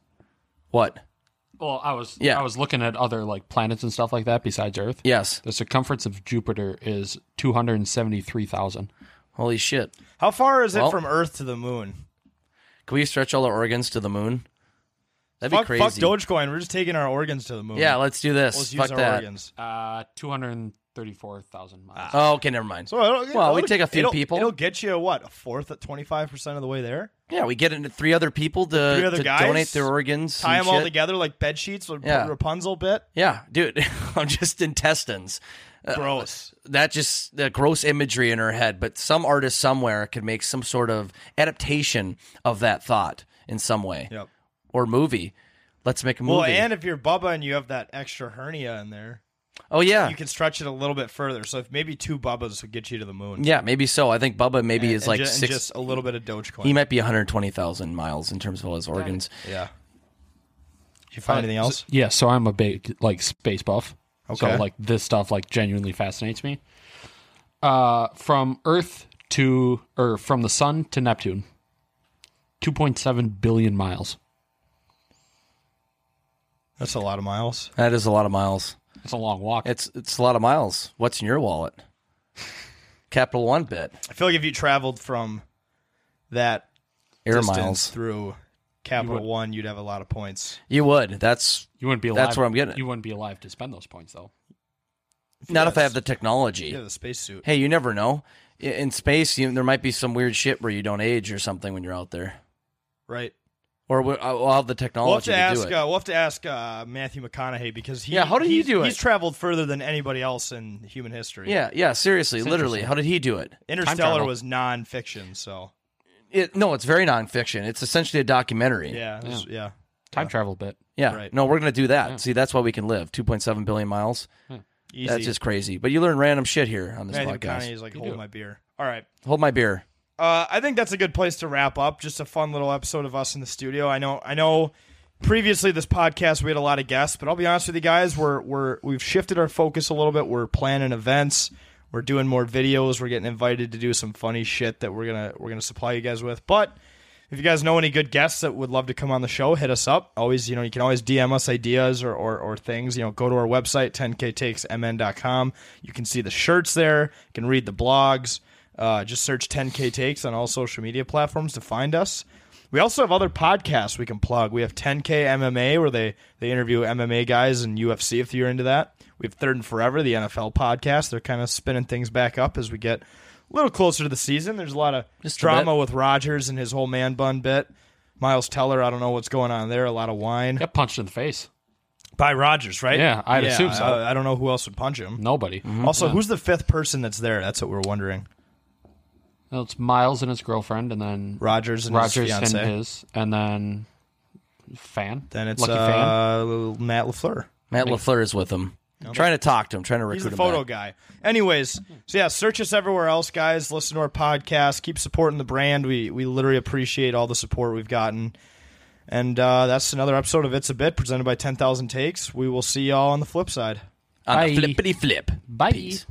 What? well, I was Yeah. I was looking at other like planets and stuff like that besides Earth. Yes. The circumference of Jupiter is 273,000. Holy shit. How far is it Well- from Earth to the moon? Can we stretch all our organs to the moon? That'd be Fuck, crazy. fuck Dogecoin. We're just taking our organs to the moon. yeah, let's do this. let's use fuck our that. organs. Uh, 234,000 miles. Oh, okay, never mind. So it'll, well, we it'll- take a few it'll- people. It'll get you what a fourth at twenty five percent of the way there. yeah, we get into three other people to, Three other to guys, donate their organs. Tie and them all shit. together like bed sheets with Yeah. Rapunzel bit. Yeah, dude, I'm just intestines. Uh, Gross. that just the gross imagery in her head, but some artist somewhere could make some sort of adaptation of that thought in some way. Yep. Or movie. Let's make a movie. Well, and if you're Bubba and you have that extra hernia in there, oh yeah. you can stretch it a little bit further. So if maybe two Bubbas would get you to the moon. yeah, maybe so. I think Bubba maybe and, is like and ju- and six just a little bit of Dogecoin. he might be 120,000 miles in terms of all his organs. yeah. You Uh, find anything else? Yeah, Uh, so I'm a big like space buff. Okay. So like this stuff like genuinely fascinates me. Uh from Earth to or from the sun to Neptune. 2.7 billion miles. That's a lot of miles. That is a lot of miles. It's a long walk. It's it's a lot of miles. What's in your wallet? Capital One bit. I feel like if you traveled from that Air distance miles. through Capital would. One, you'd have a lot of points. You would. That's You wouldn't be alive. That's where I'm getting it. You wouldn't be alive to spend those points though. not if I Yes. have the technology. Yeah, the spacesuit. Hey, you never know. I- In space, you, there might be some weird shit where you don't age or something when you're out there, Right. or we- I'll have the We'll have technology to to, ask. do it. Uh, we'll have to ask uh, Matthew McConaughey because he. Yeah, how did he he's- do it? He's traveled further than anybody else in human history. yeah, yeah. Seriously, literally, how did he do it? Interstellar travel. was non-fiction, so It, no, it's very nonfiction. It's essentially a documentary. yeah, it was- yeah. Time travel bit. Yeah. Right. No, we're gonna do that. See, that's why we can live. 2.7 billion miles. Easy. That's just crazy. But you learn random shit here on this Matthew podcast. McConaughey's like, You hold do. my beer. All right. Hold my beer. Uh, I think that's a good place to wrap up. Just a fun little episode of us in the studio. I know. I know. Previously, this podcast we had a lot of guests, but I'll be honest with you guys. We're we're we've shifted our focus a little bit. We're planning events. We're doing more videos. We're getting invited to do some funny shit that we're gonna we're gonna supply you guys with. But if you guys know any good guests that would love to come on the show, hit us up. Always, you know, you can always DM us ideas or, or, or things. You know, go to our website, 10ktakesmn.com. You can see the shirts there. You can read the blogs. Uh, just search 10k takes on all social media platforms to find us. We also have other podcasts we can plug. We have 10K MMA, where they, they interview MMA guys and UFC if you're into that. We have Third and Forever, the NFL podcast. They're kind of spinning things back up as we get a little closer to the season. There's a lot of Just a drama bit. with Rogers and his whole man bun bit. Miles Teller, I don't know what's going on there. A lot of wine Get punched in the face. by Rogers, right? Yeah, I'd assume so. I, I don't know who else would punch him. Nobody. Mm-hmm. Also, who's the fifth person that's there? That's what we're wondering. Well, it's Miles and his girlfriend, and then Rogers and his Rogers and fiance. his, and then fan. then it's lucky fan. uh, Matt Lafleur. Matt Lafleur is with him, trying to talk to him, trying to recruit He's the him. photo back. guy. Anyways, so yeah, search us everywhere else, guys. Listen to our podcast. Keep supporting the brand. We we literally appreciate all the support we've gotten. And uh, that's another episode of It's a Bit presented by 10,000 Takes. We will see y'all on the flip side. on Bye. the flippity flip. Bye. Peace.